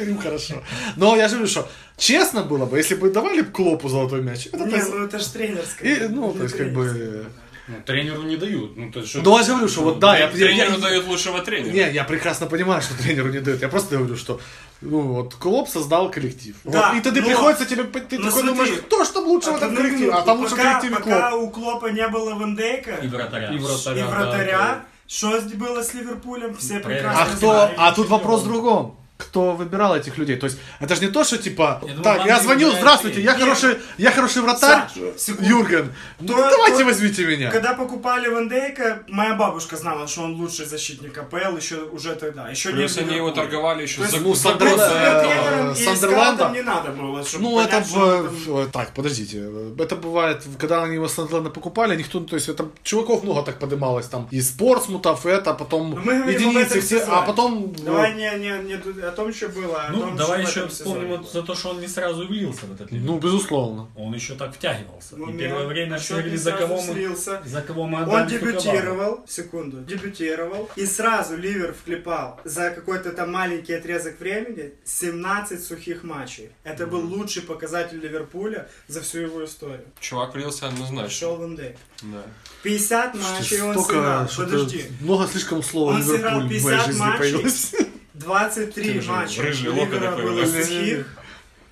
Ну, хорошо. Но я же говорю, что честно было бы, если бы давали б Клопу золотой мяч. это Не, так- ну это А ж тренерская. И, ну, то есть, как бы... Ну, тренеру не дают. Ну, то есть, что- Ну, я же говорю, что вот, да, я... я- я- Тренеру дают лучшего тренера. Не, я прекрасно понимаю, что тренеру не дают. Я просто говорю, что ну вот Клоп создал коллектив. Да, Вот, и тогда но- приходится тебе ты такой но смотри, думаешь, кто ж там лучше в этом коллективе? А там лучше в ну, пока, коллективе Клоп. пока у Клопа не было Ван Дейка И вратаря. И вратаря. и да, вратаря, да. что было с Ливерпулем, все Правильно. прекрасно А кто? знали. А тут вопрос в другом. кто выбирал этих людей. То есть это же не то, что типа, думаю, так, вам я не звонил, выбирают здравствуйте, я людей». хороший, я хороший вратарь, Саш, секунду. Юрген, ну То- давайте то- возьмите меня. Когда покупали Ван Дейка, моя бабушка знала, что он лучший защитник АПЛ еще уже тогда. Еще Плюс не в они его Ливерпуле. торговали еще То есть, за ну, за Сандерленд, просто э, этого. Тренером и Сандерланда. скаутом не надо было, чтобы Ну, это понять, что он в- там- в- Так, подождите. Это бывает, когда они его с Сандерленда покупали, никто... То есть, это чуваков много так подымалось. Там и Спортсмутов, это, а потом Но Ну, мы говорим об единицы этом все... сезоне. А потом... э, Давай не, не, не тут- о том, что было, а о Ну, том, давай что в еще этом вспомним сезоне вот было. за то, что он не сразу и влился в этот Ливерпуль. Ну, безусловно. Он еще так втягивался. Ну, и первое нет, время еще все говорили, не за сразу кого мы... слился. За кого мы Он отдали Фукабару. дебютировал, секунду, дебютировал, и сразу Ливер вклепал за какой-то там маленький отрезок времени 17 сухих матчей. Это был лучший показатель Ливерпуля за всю его историю. Чувак влился однозначно. Шел Ван Дейк. Да. 50 матчей Ну, а он сыграл, что-то подожди. много слишком слов Он сыграл Ливерпуль в моей 50 жизни матчей, появилось. 23 Ты же матча рыжие у локоны Ливера было появились. сухих.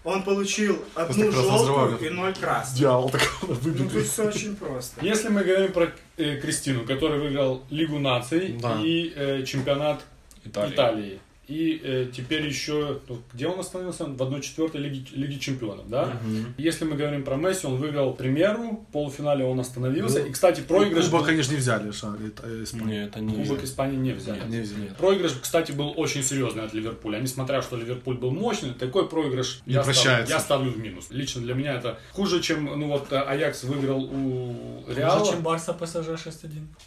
Он получил одну так раз желтую разрывали. и ноль красных. Дьявол такой Ну, тут выбитый. все очень просто. Если мы говорим про э, Кристину, которая выиграл Лигу наций Да. и э, чемпионат Италия. Италии. И э, теперь еще, ну, где он остановился? Он В 1-4 Лиги, Лиги Чемпионов, да? Если мы говорим про Месси, он выиграл премьеру, в полуфинале он остановился. Ну, и, кстати, проигрыш... Кубок, был- конечно, не взяли. ша- э, Испания. Нет, это не... Кубок Испании не взяли. Не взяли. Проигрыш, кстати, был очень серьезный от Ливерпуля. Несмотря, что Ливерпуль был мощный, такой проигрыш Не я, ставлю, прощается. я ставлю в минус. Лично для меня это хуже, чем, ну вот, э, Аякс выиграл у Реала. Хуже, чем Барса ПСЖ 6-1.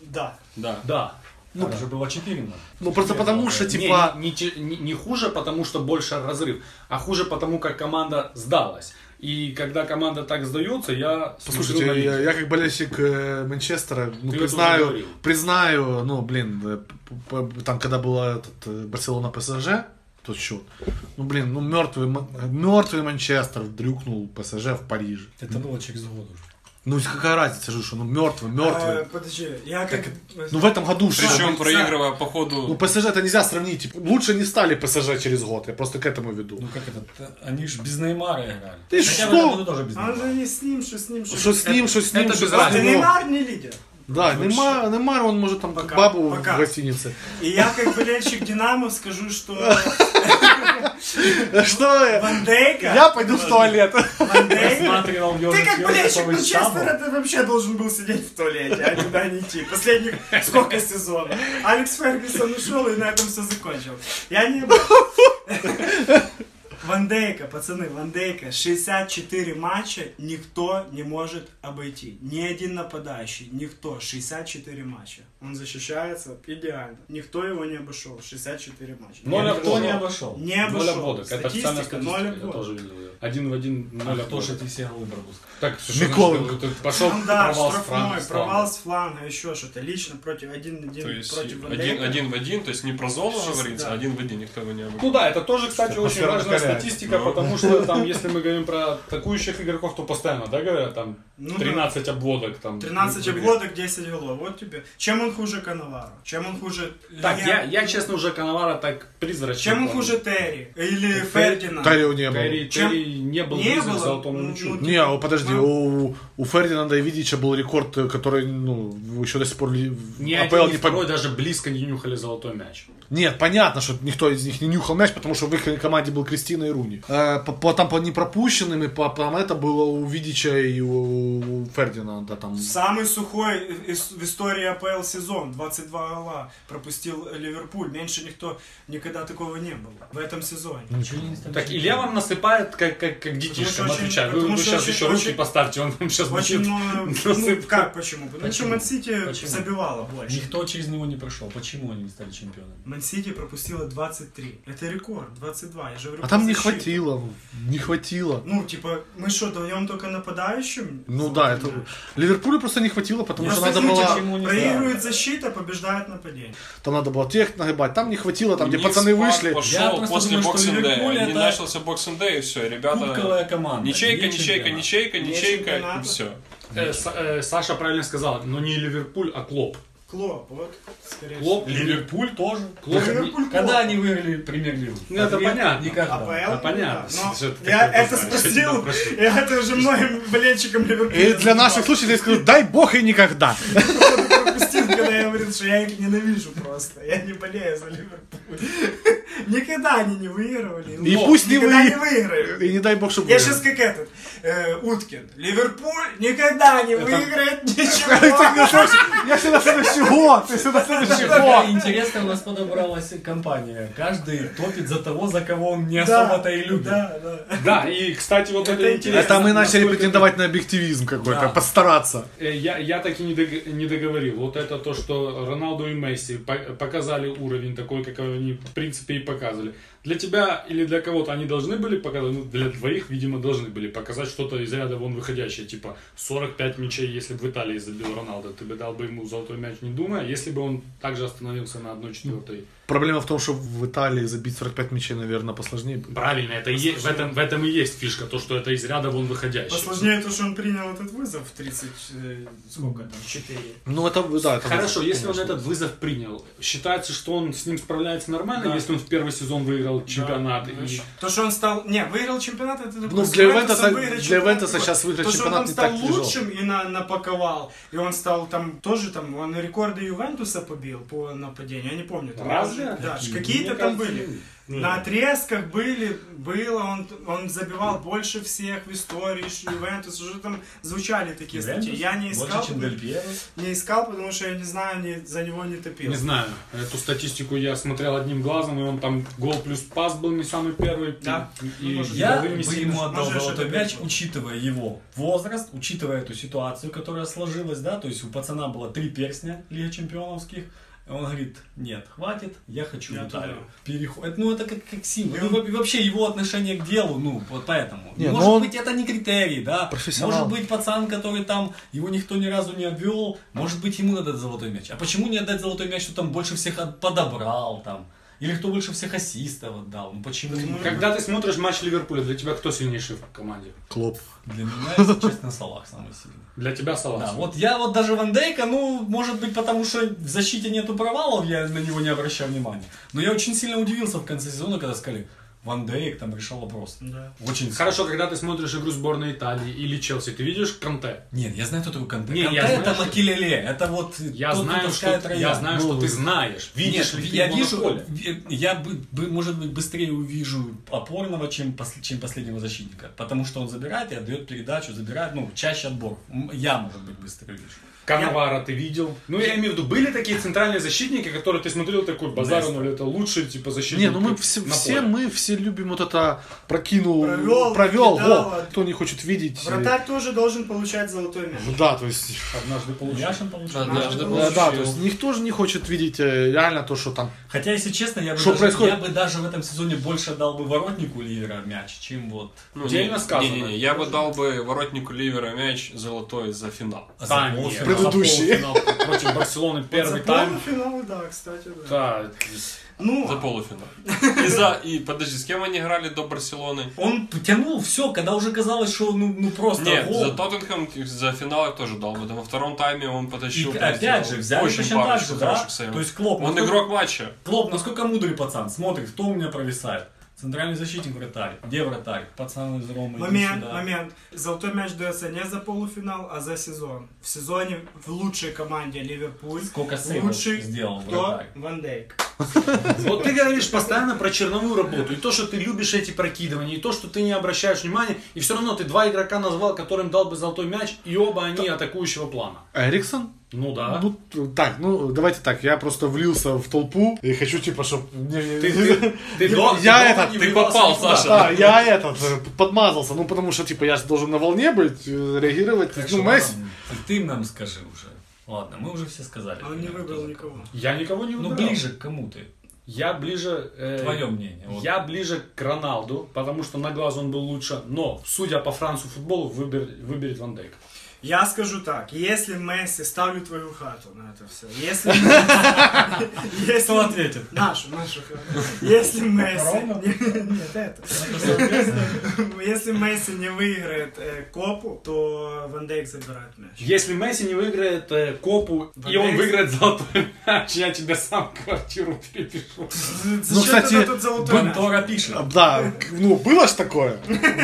Да. Да. Да. Ну, же было 4 0. Ну, просто потому что, Не, типа... Не, не че- не- не хуже, потому что больше разрыв, а хуже потому, как команда сдалась. И когда команда так сдается, я Послушайте, смотрю на я, линию. я как болельщик э, Манчестера, ну, Ты это уже признаю, говорил. признаю, ну, блин, э, п- п- там, когда была этот, э, Барселона ПСЖ, тот счет, ну, блин, ну, мертвый, Мон- мертвый Манчестер дрюкнул ПСЖ в Париже. Это было через год уже. Ну, какая разница, же, что, ну, мертвый, Э, мертвый. подожди, я как... Ну, в этом году что? Причем проигрывая по ходу... Ну, ПСЖ это нельзя сравнить. типа, Лучше не стали ПСЖ через год, я просто к этому веду. Ну как это? т- Они же без Неймара играли. Ты Хотя в что? этом году тоже без А Он же Неймара. не с ним, что с ним, Что с ним, ну. что с ним, это что без с разницы. ним. Неймар не лидер. Да, Неймар, Неймар, он может там как Пока, бабу пока. в гостинице. И я как болельщик Динамо скажу, что Что? я- Ван Дейка... Я пойду в туалет. Ван Дейка- Смотрел Ты как болельщик ну, Йорк Манчестера, ты вообще должен был сидеть в туалете, а туда не идти. Последних сколько сезонов. Алекс Фергюсон ушел и на этом все закончил. Я не... Ван Дейка, пацаны, Ван Дейка, 64 матча никто не может обойти. Ни один нападающий, никто. 64 матча. Он защищается идеально. Никто его не обошел. 64 матча. Ноль Не обходов. Никто обошел. не обошел. Не Ноль обошел. обводок. Это официальная Статистика, ноль статистика. Я обводок. тоже видел ее. Один в один ноль А кто же обводок. ты все голы пропускал? Так, ну, Миколенко. Миколенко. Пошел Там, да, провал с штрафной, фран- с провал фран- с фланга, еще что-то. Лично против один один То есть против Ван один, Дейка. один в один, то есть не про зону Сейчас, говорится, да. а один в один никто его не обыграл. Ну да, это тоже, кстати, очень Атмосфера важная накаляет. статистика, потому что там, если мы говорим про атакующих игроков, то постоянно, да, говорят, там Ну да. 13 обводок. Там, ну, 13 выиграли. обводок, 10 голов. Вот тебе. Чем он хуже Коновара? Чем он хуже... Так, я, Ле- я, честно, уже Коновара так призрачно. Чем он помню. хуже Терри? Или Фердинанд? Тарио не было. Терри, Чем- Терри не был Не близок к было? золотому Ну, мячу. а ну, Не, о, подожди, Ну. у, у Фердинанда и Видича был рекорд, э, который, ну, еще до сих пор ли- в Ни APL один, ни не поб- второй даже близко не нюхали золотой мяч. Нет, понятно, что никто из них не нюхал мяч, потому что в их команде был Кристина и Руни. Э, по, по- там по непропущенным, и по, там это было у Видича и у, у Фердинанда там. Самый сухой из- в истории АПЛ сезон. 22 гола пропустил Ливерпуль. Меньше никто, никогда такого не было в этом сезоне. Ну, Так, Илья вам насыпает, как, как, как детишка, Ну, Потому что отвечаю. очень- Вы, потому вы что сейчас очень- еще руки очень- поставьте, он вам сейчас Очень будет. много... Ну, насыпал. как, почему? Потому что Почему? Ман-Сити Почему? забивало больше. Никто через него не прошел. Почему они не стали чемпионами? Ман-Сити пропустила 23. Это рекорд, 22. Я же говорю, А там про не защиту. хватило, не хватило. Ну, типа, мы что, даем только нападающим? Ну да, это... Ливерпулю просто не хватило, потому Потому что что надо было... Почему не знаю. проигрывает защита, побеждает нападение. Там надо было тех нагибать, там не хватило, там где У них пацаны спад вышли. пошел Я просто после думаю, что Boxing Ливерпуль Day. Не это начался Boxing Day, и все, ребята... Кубковая команда. Ничейка, не ничейка, чемпионат. ничейка, Не ничейка, и чемпионата. все. Э, Са- э, Саша правильно сказал, но не Ливерпуль, а Клоп. Клоп, вот, скорее Клоп, Ливерпуль тоже. Клоп. всего. Ливерпуль Когда Клоп. они выиграли премьер-лигу? Ну, это Ответ понятно. Никогда. АПЛ? Да, ну, понятно. да. Но Что ты я такое это знаешь? спросил, Прошу. и это уже многим болельщикам Ливерпуля. И для наших слушателей я скажу, дай бог и никогда. Я пропустил, когда я говорил, что я их ненавижу просто. Я не болею за Ливерпуль. Никогда они не выигрывали. И но пусть не никогда вы- не выиграют. И не дай бог, чтобы Я выиграл. сейчас как этот, э, Уткин. Ливерпуль никогда не выиграет Ты всегда ничего. следующий- Я всегда следующий год, ты всегда следующий Какая год. интересная у нас подобралась компания. Каждый топит за того, за кого он не особо-то и любит. Да, да. Да, и, кстати, вот это, интересно. Это мы начали насколько- претендовать на объективизм какой-то, постараться. Э, Я, я так и не, дог- не договорил. Вот это то, что Роналду и Месси по- показали уровень такой, как они в принципе и показывали. Для тебя или для кого-то они должны были показать, ну, для двоих, видимо, должны были показать что-то из ряда вон выходящее, типа 45 мячей, если бы в Италии забил Роналду, ты бы дал бы ему золотой мяч, не думая, если бы он также остановился на 1-4. Проблема в том, что в Италии забить 45 мячей, наверное, посложнее будет. Правильно, это и е- в, этом, в этом и есть фишка, то, что это из ряда вон выходящее. Посложнее то, что он принял этот вызов в 30, э, сколько там, 4. Ну, это, да, это Хорошо, вызов, если конечно. он этот вызов принял, считается, что он с ним справляется нормально, если он в первый сезон выиграл чемпионат. и- То, что он стал... Не, выиграл чемпионат, это такой... Ну, с для Ювентусом Ювентуса- выиграть для чемпионат, Ювентуса типа, щас выиграть то, что чемпионат не он там так стал тяжело. лучшим и на, напаковал. И он стал там тоже там... Он рекорды Ювентуса побил по нападению. Я не помню. Там Разве? даже- Да, Какие? какие-то Мне там кажется, были. нет. На отрезках были, было, он, он забивал больше всех в истории что Ювентус, уже там звучали такие статьи. Я не искал, Больше, чем Дель Пьеро. не искал, потому что я не знаю, не, за него не топил. Не знаю, эту статистику я смотрел одним глазом, и он там гол плюс пас был не самый первый. Да. И, Ну, может, и Я бы голы не сильно- ему отдал Можешь золотой это мяч, пять. учитывая его возраст, учитывая эту ситуацию, которая сложилась, да, то есть у пацана было три перстня Лиги Чемпионовских, и он говорит, нет, хватит, я хочу Я в Италию. туда. Переход, ну это как, как символ. И Ну, он- во- и вообще его отношение к делу, ну вот поэтому. Не, Может ну он- быть это не критерий, да. Профессионал. Может быть пацан, который там, его никто ни разу не обвел, может быть ему надо золотой мяч. А почему не отдать золотой мяч, что там больше всех от- подобрал там? Или кто больше всех ассистов отдал? Ну почему? Ну, Когда ты смотришь матч Ливерпуля, для тебя кто сильнейший в команде? Клоп. Для меня, если честно, Салах самый сильный. Для тебя Салах. Да, вот я вот даже Ван Дейка, ну, может быть, потому что в защите нету провалов, я на него не обращаю внимания. Но я очень сильно удивился в конце сезона, когда сказали, Ван Дейк там решал вопрос. Да. Очень сильно. Хорошо, когда ты смотришь игру сборной Италии или Челси, ты видишь Канте? Нет, я знаю, кто такой Канте. Не, я Канте знаю, это что- Макелеле, это вот Я тот, кто знаю, что, таскает ты- рояль. я знаю, что ты знаешь. Видишь Ну, Нет, ли ты я его на вижу, поле? э, я бы, бы, может быть, быстрее увижу опорного, чем, пос- чем последнего защитника. Потому что он забирает и отдает передачу, забирает, ну, чаще отбор. М, Я, может быть, быстрее увижу. Канавара ты видел? Ну, я имею в виду, были такие центральные защитники, которые ты смотрел такой базар, Неста. ну, это лучший, типа, защитник Не, ну мы все, на все поле. мы все любим вот это прокинул, Провёл, провел, кидал, во, а- кто не хочет видеть. э, Вратарь тоже должен получать золотой мяч. Да, то есть, Однажды получил. Яшин получил. Однажды Да, э, получил. да, то есть никто же не хочет видеть э, реально то, что там. Хотя, если честно, я бы, Что даже, происходит? я бы даже в этом сезоне больше дал бы воротнику Ливера мяч, чем вот. Ну, Дельно не- сказано. не- не- я бы дал бы воротнику Ливера мяч золотой за финал. Да, за нет. полуфинал. Предыдущий. За полуфинал Против Барселоны первый За тайм. полуфинал, да, кстати, да. Да, Ну, За полуфинал. И за... И подожди, с кем они играли до Барселоны? Он тянул все, когда уже казалось, что ну, ну просто Нет, гол. за Тоттенхэм за финал я тоже дал бы. Там во втором тайме он И потащил. там опять сделал же, взяли очень точно так парочку же, да? хороших сейвов. То есть ну, Клоп, Он насколько- игрок матча. Клоп, насколько мудрый пацан, смотрит, кто у меня провисает. Центральный защитник вратарь. Где вратарь? Пацан из Ромы. иди момент, сюда. момент. Золотой мяч дается не за полуфинал, а за сезон. В сезоне в лучшей команде Ливерпуль. Сколько сейвов Лучший сделал кто? вратарь? Ван Дейк. Вот ты говоришь постоянно про черновую работу, и то, что ты любишь эти прокидывания, и то, что ты не обращаешь внимания, и все равно ты два игрока назвал, которым дал бы золотой мяч, и оба они атакующего плана. Эриксон? Ну да. Ну, т- так, ну, давайте так, я просто влился в толпу и хочу, типа, чтобы... Ты- ты- ты до- Я ты до- этот, не ты вливался попал, никуда. Саша. Да, я этот, э, подмазался, ну, потому что, типа, я же должен на волне быть, э, реагировать. Хорошо, Ну, Месси... ладно, Ты нам скажи уже. Ладно, мы уже все сказали. А он не примерно, кто выбрал за никого. Я никого не Ну выбирал. ближе к кому ты? Я ближе... э, Твое мнение. вот. Я ближе к Роналду, потому что на глаз он был лучше, но, судя по Францу футболу, выбер- выберет Ван Дейк. Я скажу так, если Месси, ставлю твою хату на это все. Если... Кто Если... ответит? Нашу, нашу хату. Если Месси... Ровно? Нет, это. Если Месси не выиграет э, Копу, то Ван Дейк забирает мяч. Если Месси не выиграет э, копу, Ван и он Дейк? выиграет золотой мяч, я тебе сам квартиру перепишу. Ну, Зачем кстати, тогда тут золотой мяч? Бунтора пишет. Да, к- ну, было ж такое.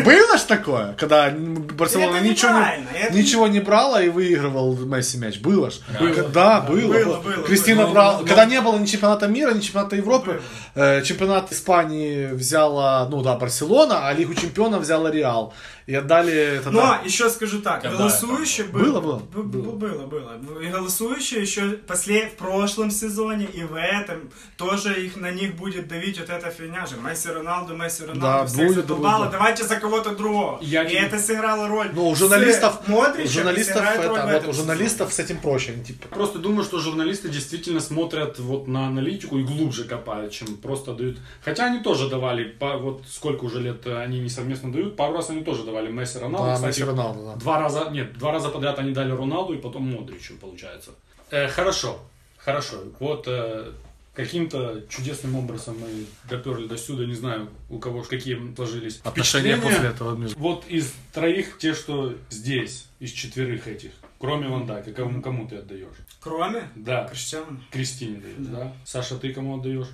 Было ж такое, когда Это Барселона ничего... неправильно. это ничего его не брала и выигрывал Месси мяч? Было ж. Было. Да, было. Было, Вот было, Кристина было. брала. Когда не было ни чемпионата мира, ни чемпионата Европы, э, чемпионат Испании взяла, ну да, Барселона, а Лигу чемпионов взяла Реал. И отдали это Но Ну да. еще скажу так, Когда голосующие это было? было, Было, б- было, б- было. было, было. Ну, И голосующие еще после в прошлом сезоне и в этом тоже их на них будет давить вот эта фигня же. Месси Роналду, Месси Роналду, Да, всех будет, задолбало, будет. давайте за кого-то другого. Я и тебе- это сыграло роль. Ну, у С журналистов, у Модричем журналистов, сыграет это, роль в вот, этом у журналистов с этим проще. Они, типа, Просто думаю, что журналисты действительно смотрят вот на аналитику и глубже копают, чем просто дают. Хотя они тоже давали, по, вот сколько уже лет э, они не совместно дают, пару раз они тоже давали Месси Ну, Роналду. да, Кстати, Месси Роналду, да. Два раза, нет, два раза подряд они дали Роналду и потом Модричу, получается. Э, хорошо, хорошо. Вот э, каким-то чудесным образом мы доперли до сюда, не знаю, у кого ж какие сложились Отношения впечатления. после этого между- Вот из троих, те, что здесь, из четверых этих, кроме Ван Дайка, кому, кому ты отдаешь? Кроме Да, Криштиану. Кристине даешь, да. Саша, ты кому отдаешь?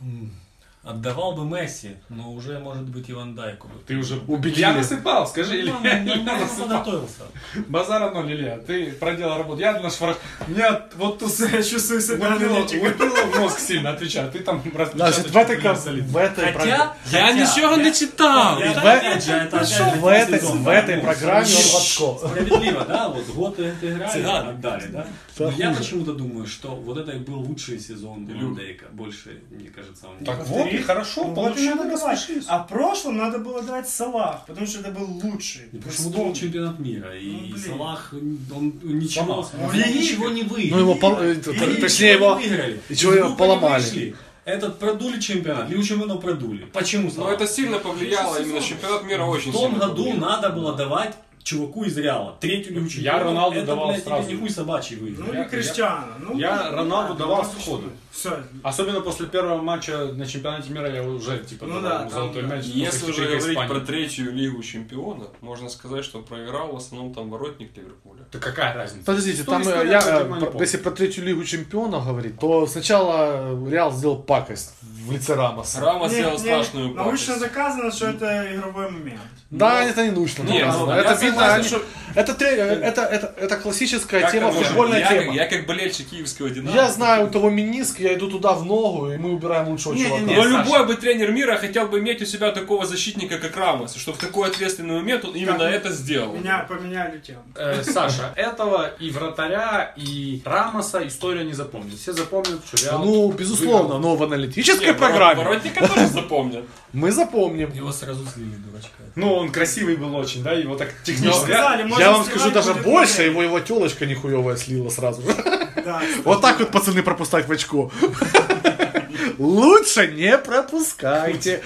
М, Отдавал бы Месси, но уже, может быть, и Ван Дайку. бы. Ты уже Убедили. Я насыпал, скажи, Ну, Илья. Нормально подготовился. Базара ноль, Илья. а Ты проделал работу. Я наш враг. Меня вот тут Я чувствую себя Лупило, аналитиком. лупило в мозг сильно, отвечаю. Ты там Значит, распечаточку в этой блин, кон- солидно. в этой программе- Хотя, я ничего не читал. э- в этой, в этой программе он в очко. Справедливо, да, вот год это играли и Да. так далее, да. Да, Но я хуже. почему-то думаю, что вот это и был лучший сезон Ван Дейка. Больше, мне кажется, он не Так был. вот, и хорошо, Ну, вот и получилось. надо давать. А в прошлом надо было давать Салах, потому что это был лучший. И Почему-то Вспомни. был чемпионат мира, и Ну, блин. Салах, он ничего, Сломался. он Ну, и- ничего не выиграл. Ну, его пол- э, И т- ничего точнее, не его выиграли. и чего Из его группы не поломали. вышли. Этот продули чемпионат, Лигу чемпионов продули. Почему Но Салах? это сильно повлияло, именно чемпионат мира очень В том сильно году повлиял. надо было давать чуваку из Реала, третью Лигу Я чемпионов. Роналду это, давал блядь, тебе сразу. не хуй собачий Ну выиграл. Я- и Криштиану. Ну, я Роналду давал сходу. Все. Особенно после первого матча на чемпионате мира я уже типа Ну давал да, ему там, золотой да. мяч. после Если уже хитрика говорить Испании. про третью лигу чемпионов, можно сказать, что проиграл в основном там воротник Ливерпуля. Да какая разница? Подождите, Что там история, э, я, про э, Германию про- помню. если про третью лигу чемпионов говорить, то сначала э, Реал сделал пакость в лице Рамоса. Рама Не, сделал не, страшную пакость. Научно доказано, что это игровой момент. Да, это не нужно. Не, ну, ну, да, я это согласен, видно, они- что- это, тре- э, это, это, это классическая Как тема, это можно? футбольная я, тема. Как, я как болельщик киевского «Динамо». Я знаю у того миниск, я иду туда в ногу, и мы убираем лучшего чувака. Но Саша. любой бы тренер мира хотел бы иметь у себя такого защитника, как Рамос, и что в такой ответственный момент он именно Так, это сделал. Меня поменяли тему. Э, Саша, этого и вратаря, и Рамоса история не запомнит. Все запомнят, что Реал... Ну, безусловно, но в аналитической ну, программе Воротника тоже запомнят. мы запомним. Его сразу слили, дурачка. Ну, он красивый был очень, да, его так технически... Сказали, можно я вам скажу сливать, даже будет больше, более. его его телочка нихуевая слила сразу же. Да, Вот так вот, пацаны, пропускать в очко. Лучше не пропускайте.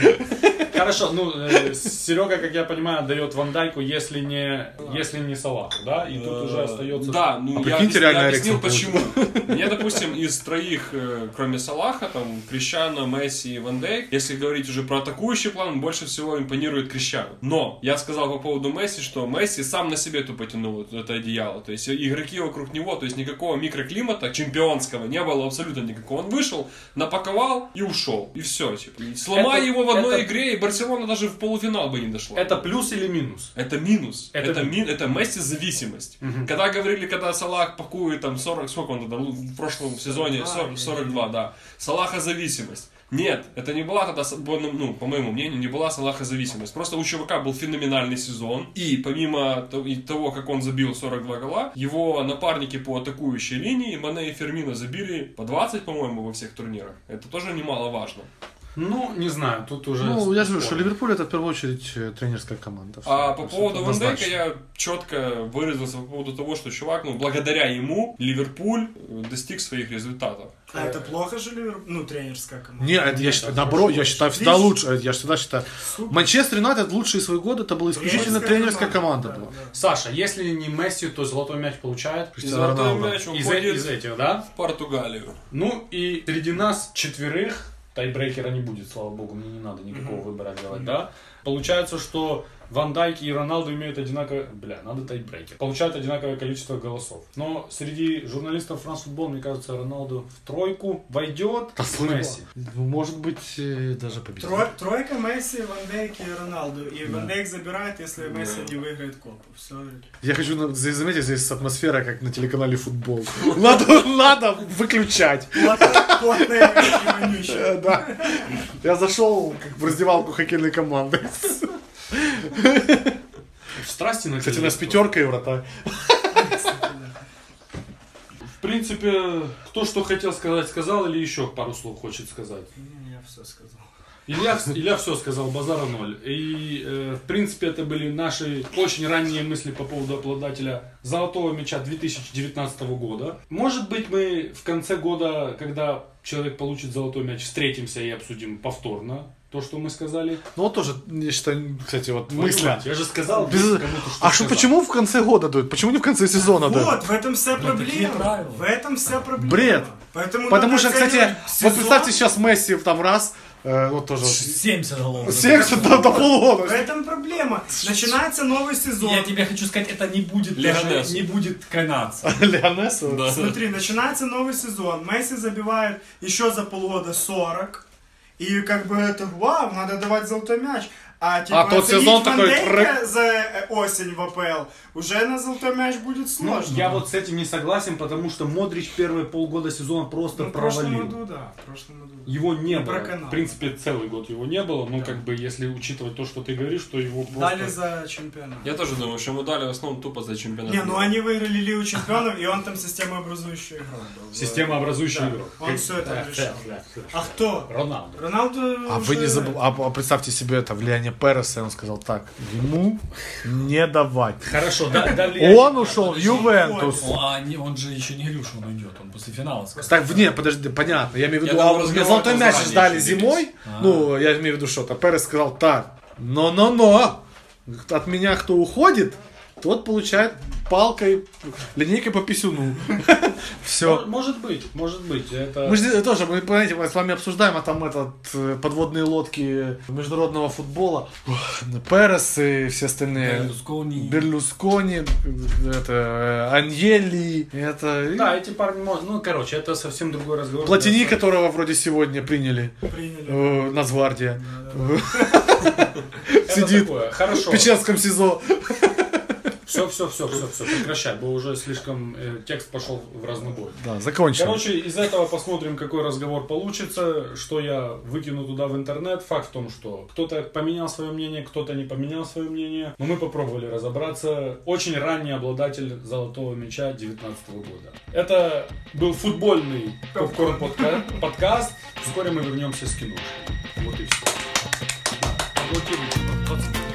Хорошо, ну, э, Серега, как я понимаю, дает Ван Дайку, если не, если не Салаху, да? И тут уже остается... Э, Да, ну А я, прикиньте, объяс- реально я объяснил Эриксон почему. Мне, допустим, из троих, э, кроме Салаха, там, Крещана, Месси и Ван Дейк, если говорить уже про атакующий план, больше всего импонирует Крещану. Но я сказал по поводу Месси, что Месси сам на себе тут потянул вот это одеяло. То есть игроки вокруг него, то есть никакого микроклимата чемпионского не было абсолютно никакого. Он вышел, напаковал и ушел. И все, типа. И Сломай Это- его в одной это- игре, и Барселона даже в полуфинал бы не дошла. Это плюс или минус? Это минус. Это Это, минус. мин, это Месси зависимость. Когда говорили, когда Салах пакует там 40, сколько он тогда, ну, в прошлом сезоне, 40, 42, да. Салаха зависимость. Нет, это не была тогда, с- по- ну, по моему мнению, не была Салаха зависимость. Просто у чувака был феноменальный сезон, и помимо то- и того, как он забил 42 гола, его напарники по атакующей линии, Мане и Фермина, забили по 20, по-моему, во всех турнирах. Это тоже немаловажно. Ну, не знаю, тут уже... Ну, я же говорю, спорно. что Ливерпуль это в первую очередь э, тренерская команда. А Всё, по то есть поводу это Ван Дейка однозначно. я четко выразился по поводу того, что чувак, ну, благодаря ему Ливерпуль э, достиг своих результатов. А это плохо же Ливерпуль? Ну, тренерская команда. Не, это я считаю, наоборот, я считаю всегда Видишь? лучше. э, Я всегда считаю. Супер. Манчестер Юнайтед лучшие свои годы это была исключительно тренерская команда да, была. да. Саша, если не Месси, то золотой мяч получает И Криштиану золотой Роналду. мяч из, э- уходит из этих, да? в Португалию. Ну, и среди нас четверых тайбрейкера не будет, слава богу, мне не надо никакого выбора делать, да? Получается, что Ван Дайк и Роналду имеют одинаковое... Бля, надо тайбрекер. Получают одинаковое количество голосов. Но среди журналистов France Football, мне кажется, Роналду в тройку войдет с Месси. Ну, Может быть, э, даже победит. Тро- тройка Месси, Ван Дейк и Роналду. И Ван Дейк забирает, если Месси не выиграет копу. Все. Я хочу на- здесь заметить, здесь атмосфера, как на телеканале футбол. Надо, надо выключать. Плотная и вонючая. Э, Да. Я зашел как в раздевалку хоккейной команды. Страсти на Кстати, у нас пятерка и врата. В принципе, кто что хотел сказать, сказал или еще пару слов хочет сказать. Не, Я все сказал. Илья, Илья все сказал, базара ноль. И, э, в принципе, это были наши очень ранние мысли по поводу обладателя золотого мяча 2019 года. Может быть, мы в конце года, когда человек получит золотой мяч, встретимся и обсудим повторно то, что мы сказали. Ну вот тоже, я считаю, кстати, вот Твою мысль. мать, Я же сказал, Без- кому-то что А что, сказал. почему в конце года дают? Почему не в конце сезона дают? Вот, в этом Ну, вся такие проблема. правила. В этом вся проблема. Бред. Поэтому Потому надо что, кстати, оценивать вот сезон. представьте сейчас Месси в там раз, э, вот тоже 70 голов. 70 до, до В полугода. этом проблема. Начинается новый сезон. Я тебе хочу сказать, это не будет Леонес. даже, не будет канадца. Лионесса? Смотри, начинается новый сезон. Месси забивает еще за полгода 40. И как бы это, вау, надо давать золотой мяч. А, типа, тот оценить сезон Ван такой, Дейка прыг. за э, осень в АПЛ уже на золотой мяч будет Ну, сложно. я вот с этим не согласен, потому что Модрич первые полгода сезона просто Ну, в прошлом провалил. году, да. В прошлом году. Его не Ну, было. проканал. В принципе, целый год его не было. Ну, как бы, если учитывать то, что ты говоришь, что его просто... Дали за чемпионат. Я тоже думаю, что ему дали в основном тупо за чемпионат. Не, ну они выиграли Лигу чемпионов, и он там системообразующую играл. был. Системообразующий Да. игрок. Он всё это Да, решал. да, да, да. А кто? Роналду. Роналду А вы не уже- забыли, а, а представьте себе это влияние Переса, и он сказал так, ему не давать. Хорошо, да, да, влияние. Он ушел в Ювентус. О, а не- он же еще не говорил, что он уйдет, он после финала сказал. Так, не, подожди, понятно. Я имею в Я виду, думал, а разговор золотой был мяч заранее ждали еще А. зимой. Ну, я имею в виду, что-то. Перес сказал так. Но-но-но! От меня кто уходит, тот получает палкой, линейкой по писюну. Все. М- Может быть, может быть. Это... Мы же тоже, мы, понимаете, мы с вами обсуждаем, а там этот э, подводные лодки международного футбола. Ух, Перес и все остальные. Берлускони. Берлускони, э, это э, Аньели, это Да, эти парни, мож- ну, короче, это совсем другой разговор. Платини, которого вроде сегодня приняли. Приняли. э, Нацгвардия. Это сидит. такое. В Хорошо. Печенском СИЗО. Все, все, все, все, все, прекращай, бо уже слишком э, текст пошел в разнобой. Да, закончим. Короче, из этого посмотрим, какой разговор получится, что я выкину туда в интернет. Факт в том, что кто-то поменял свое мнение, кто-то не поменял свое мнение. Но мы попробовали разобраться. Очень ранний обладатель золотого мяча 2019 года. Это был футбольный попкорн-подкаст. Вскоре мы вернемся с кино. Вот и все. Блокируйте, пацаны.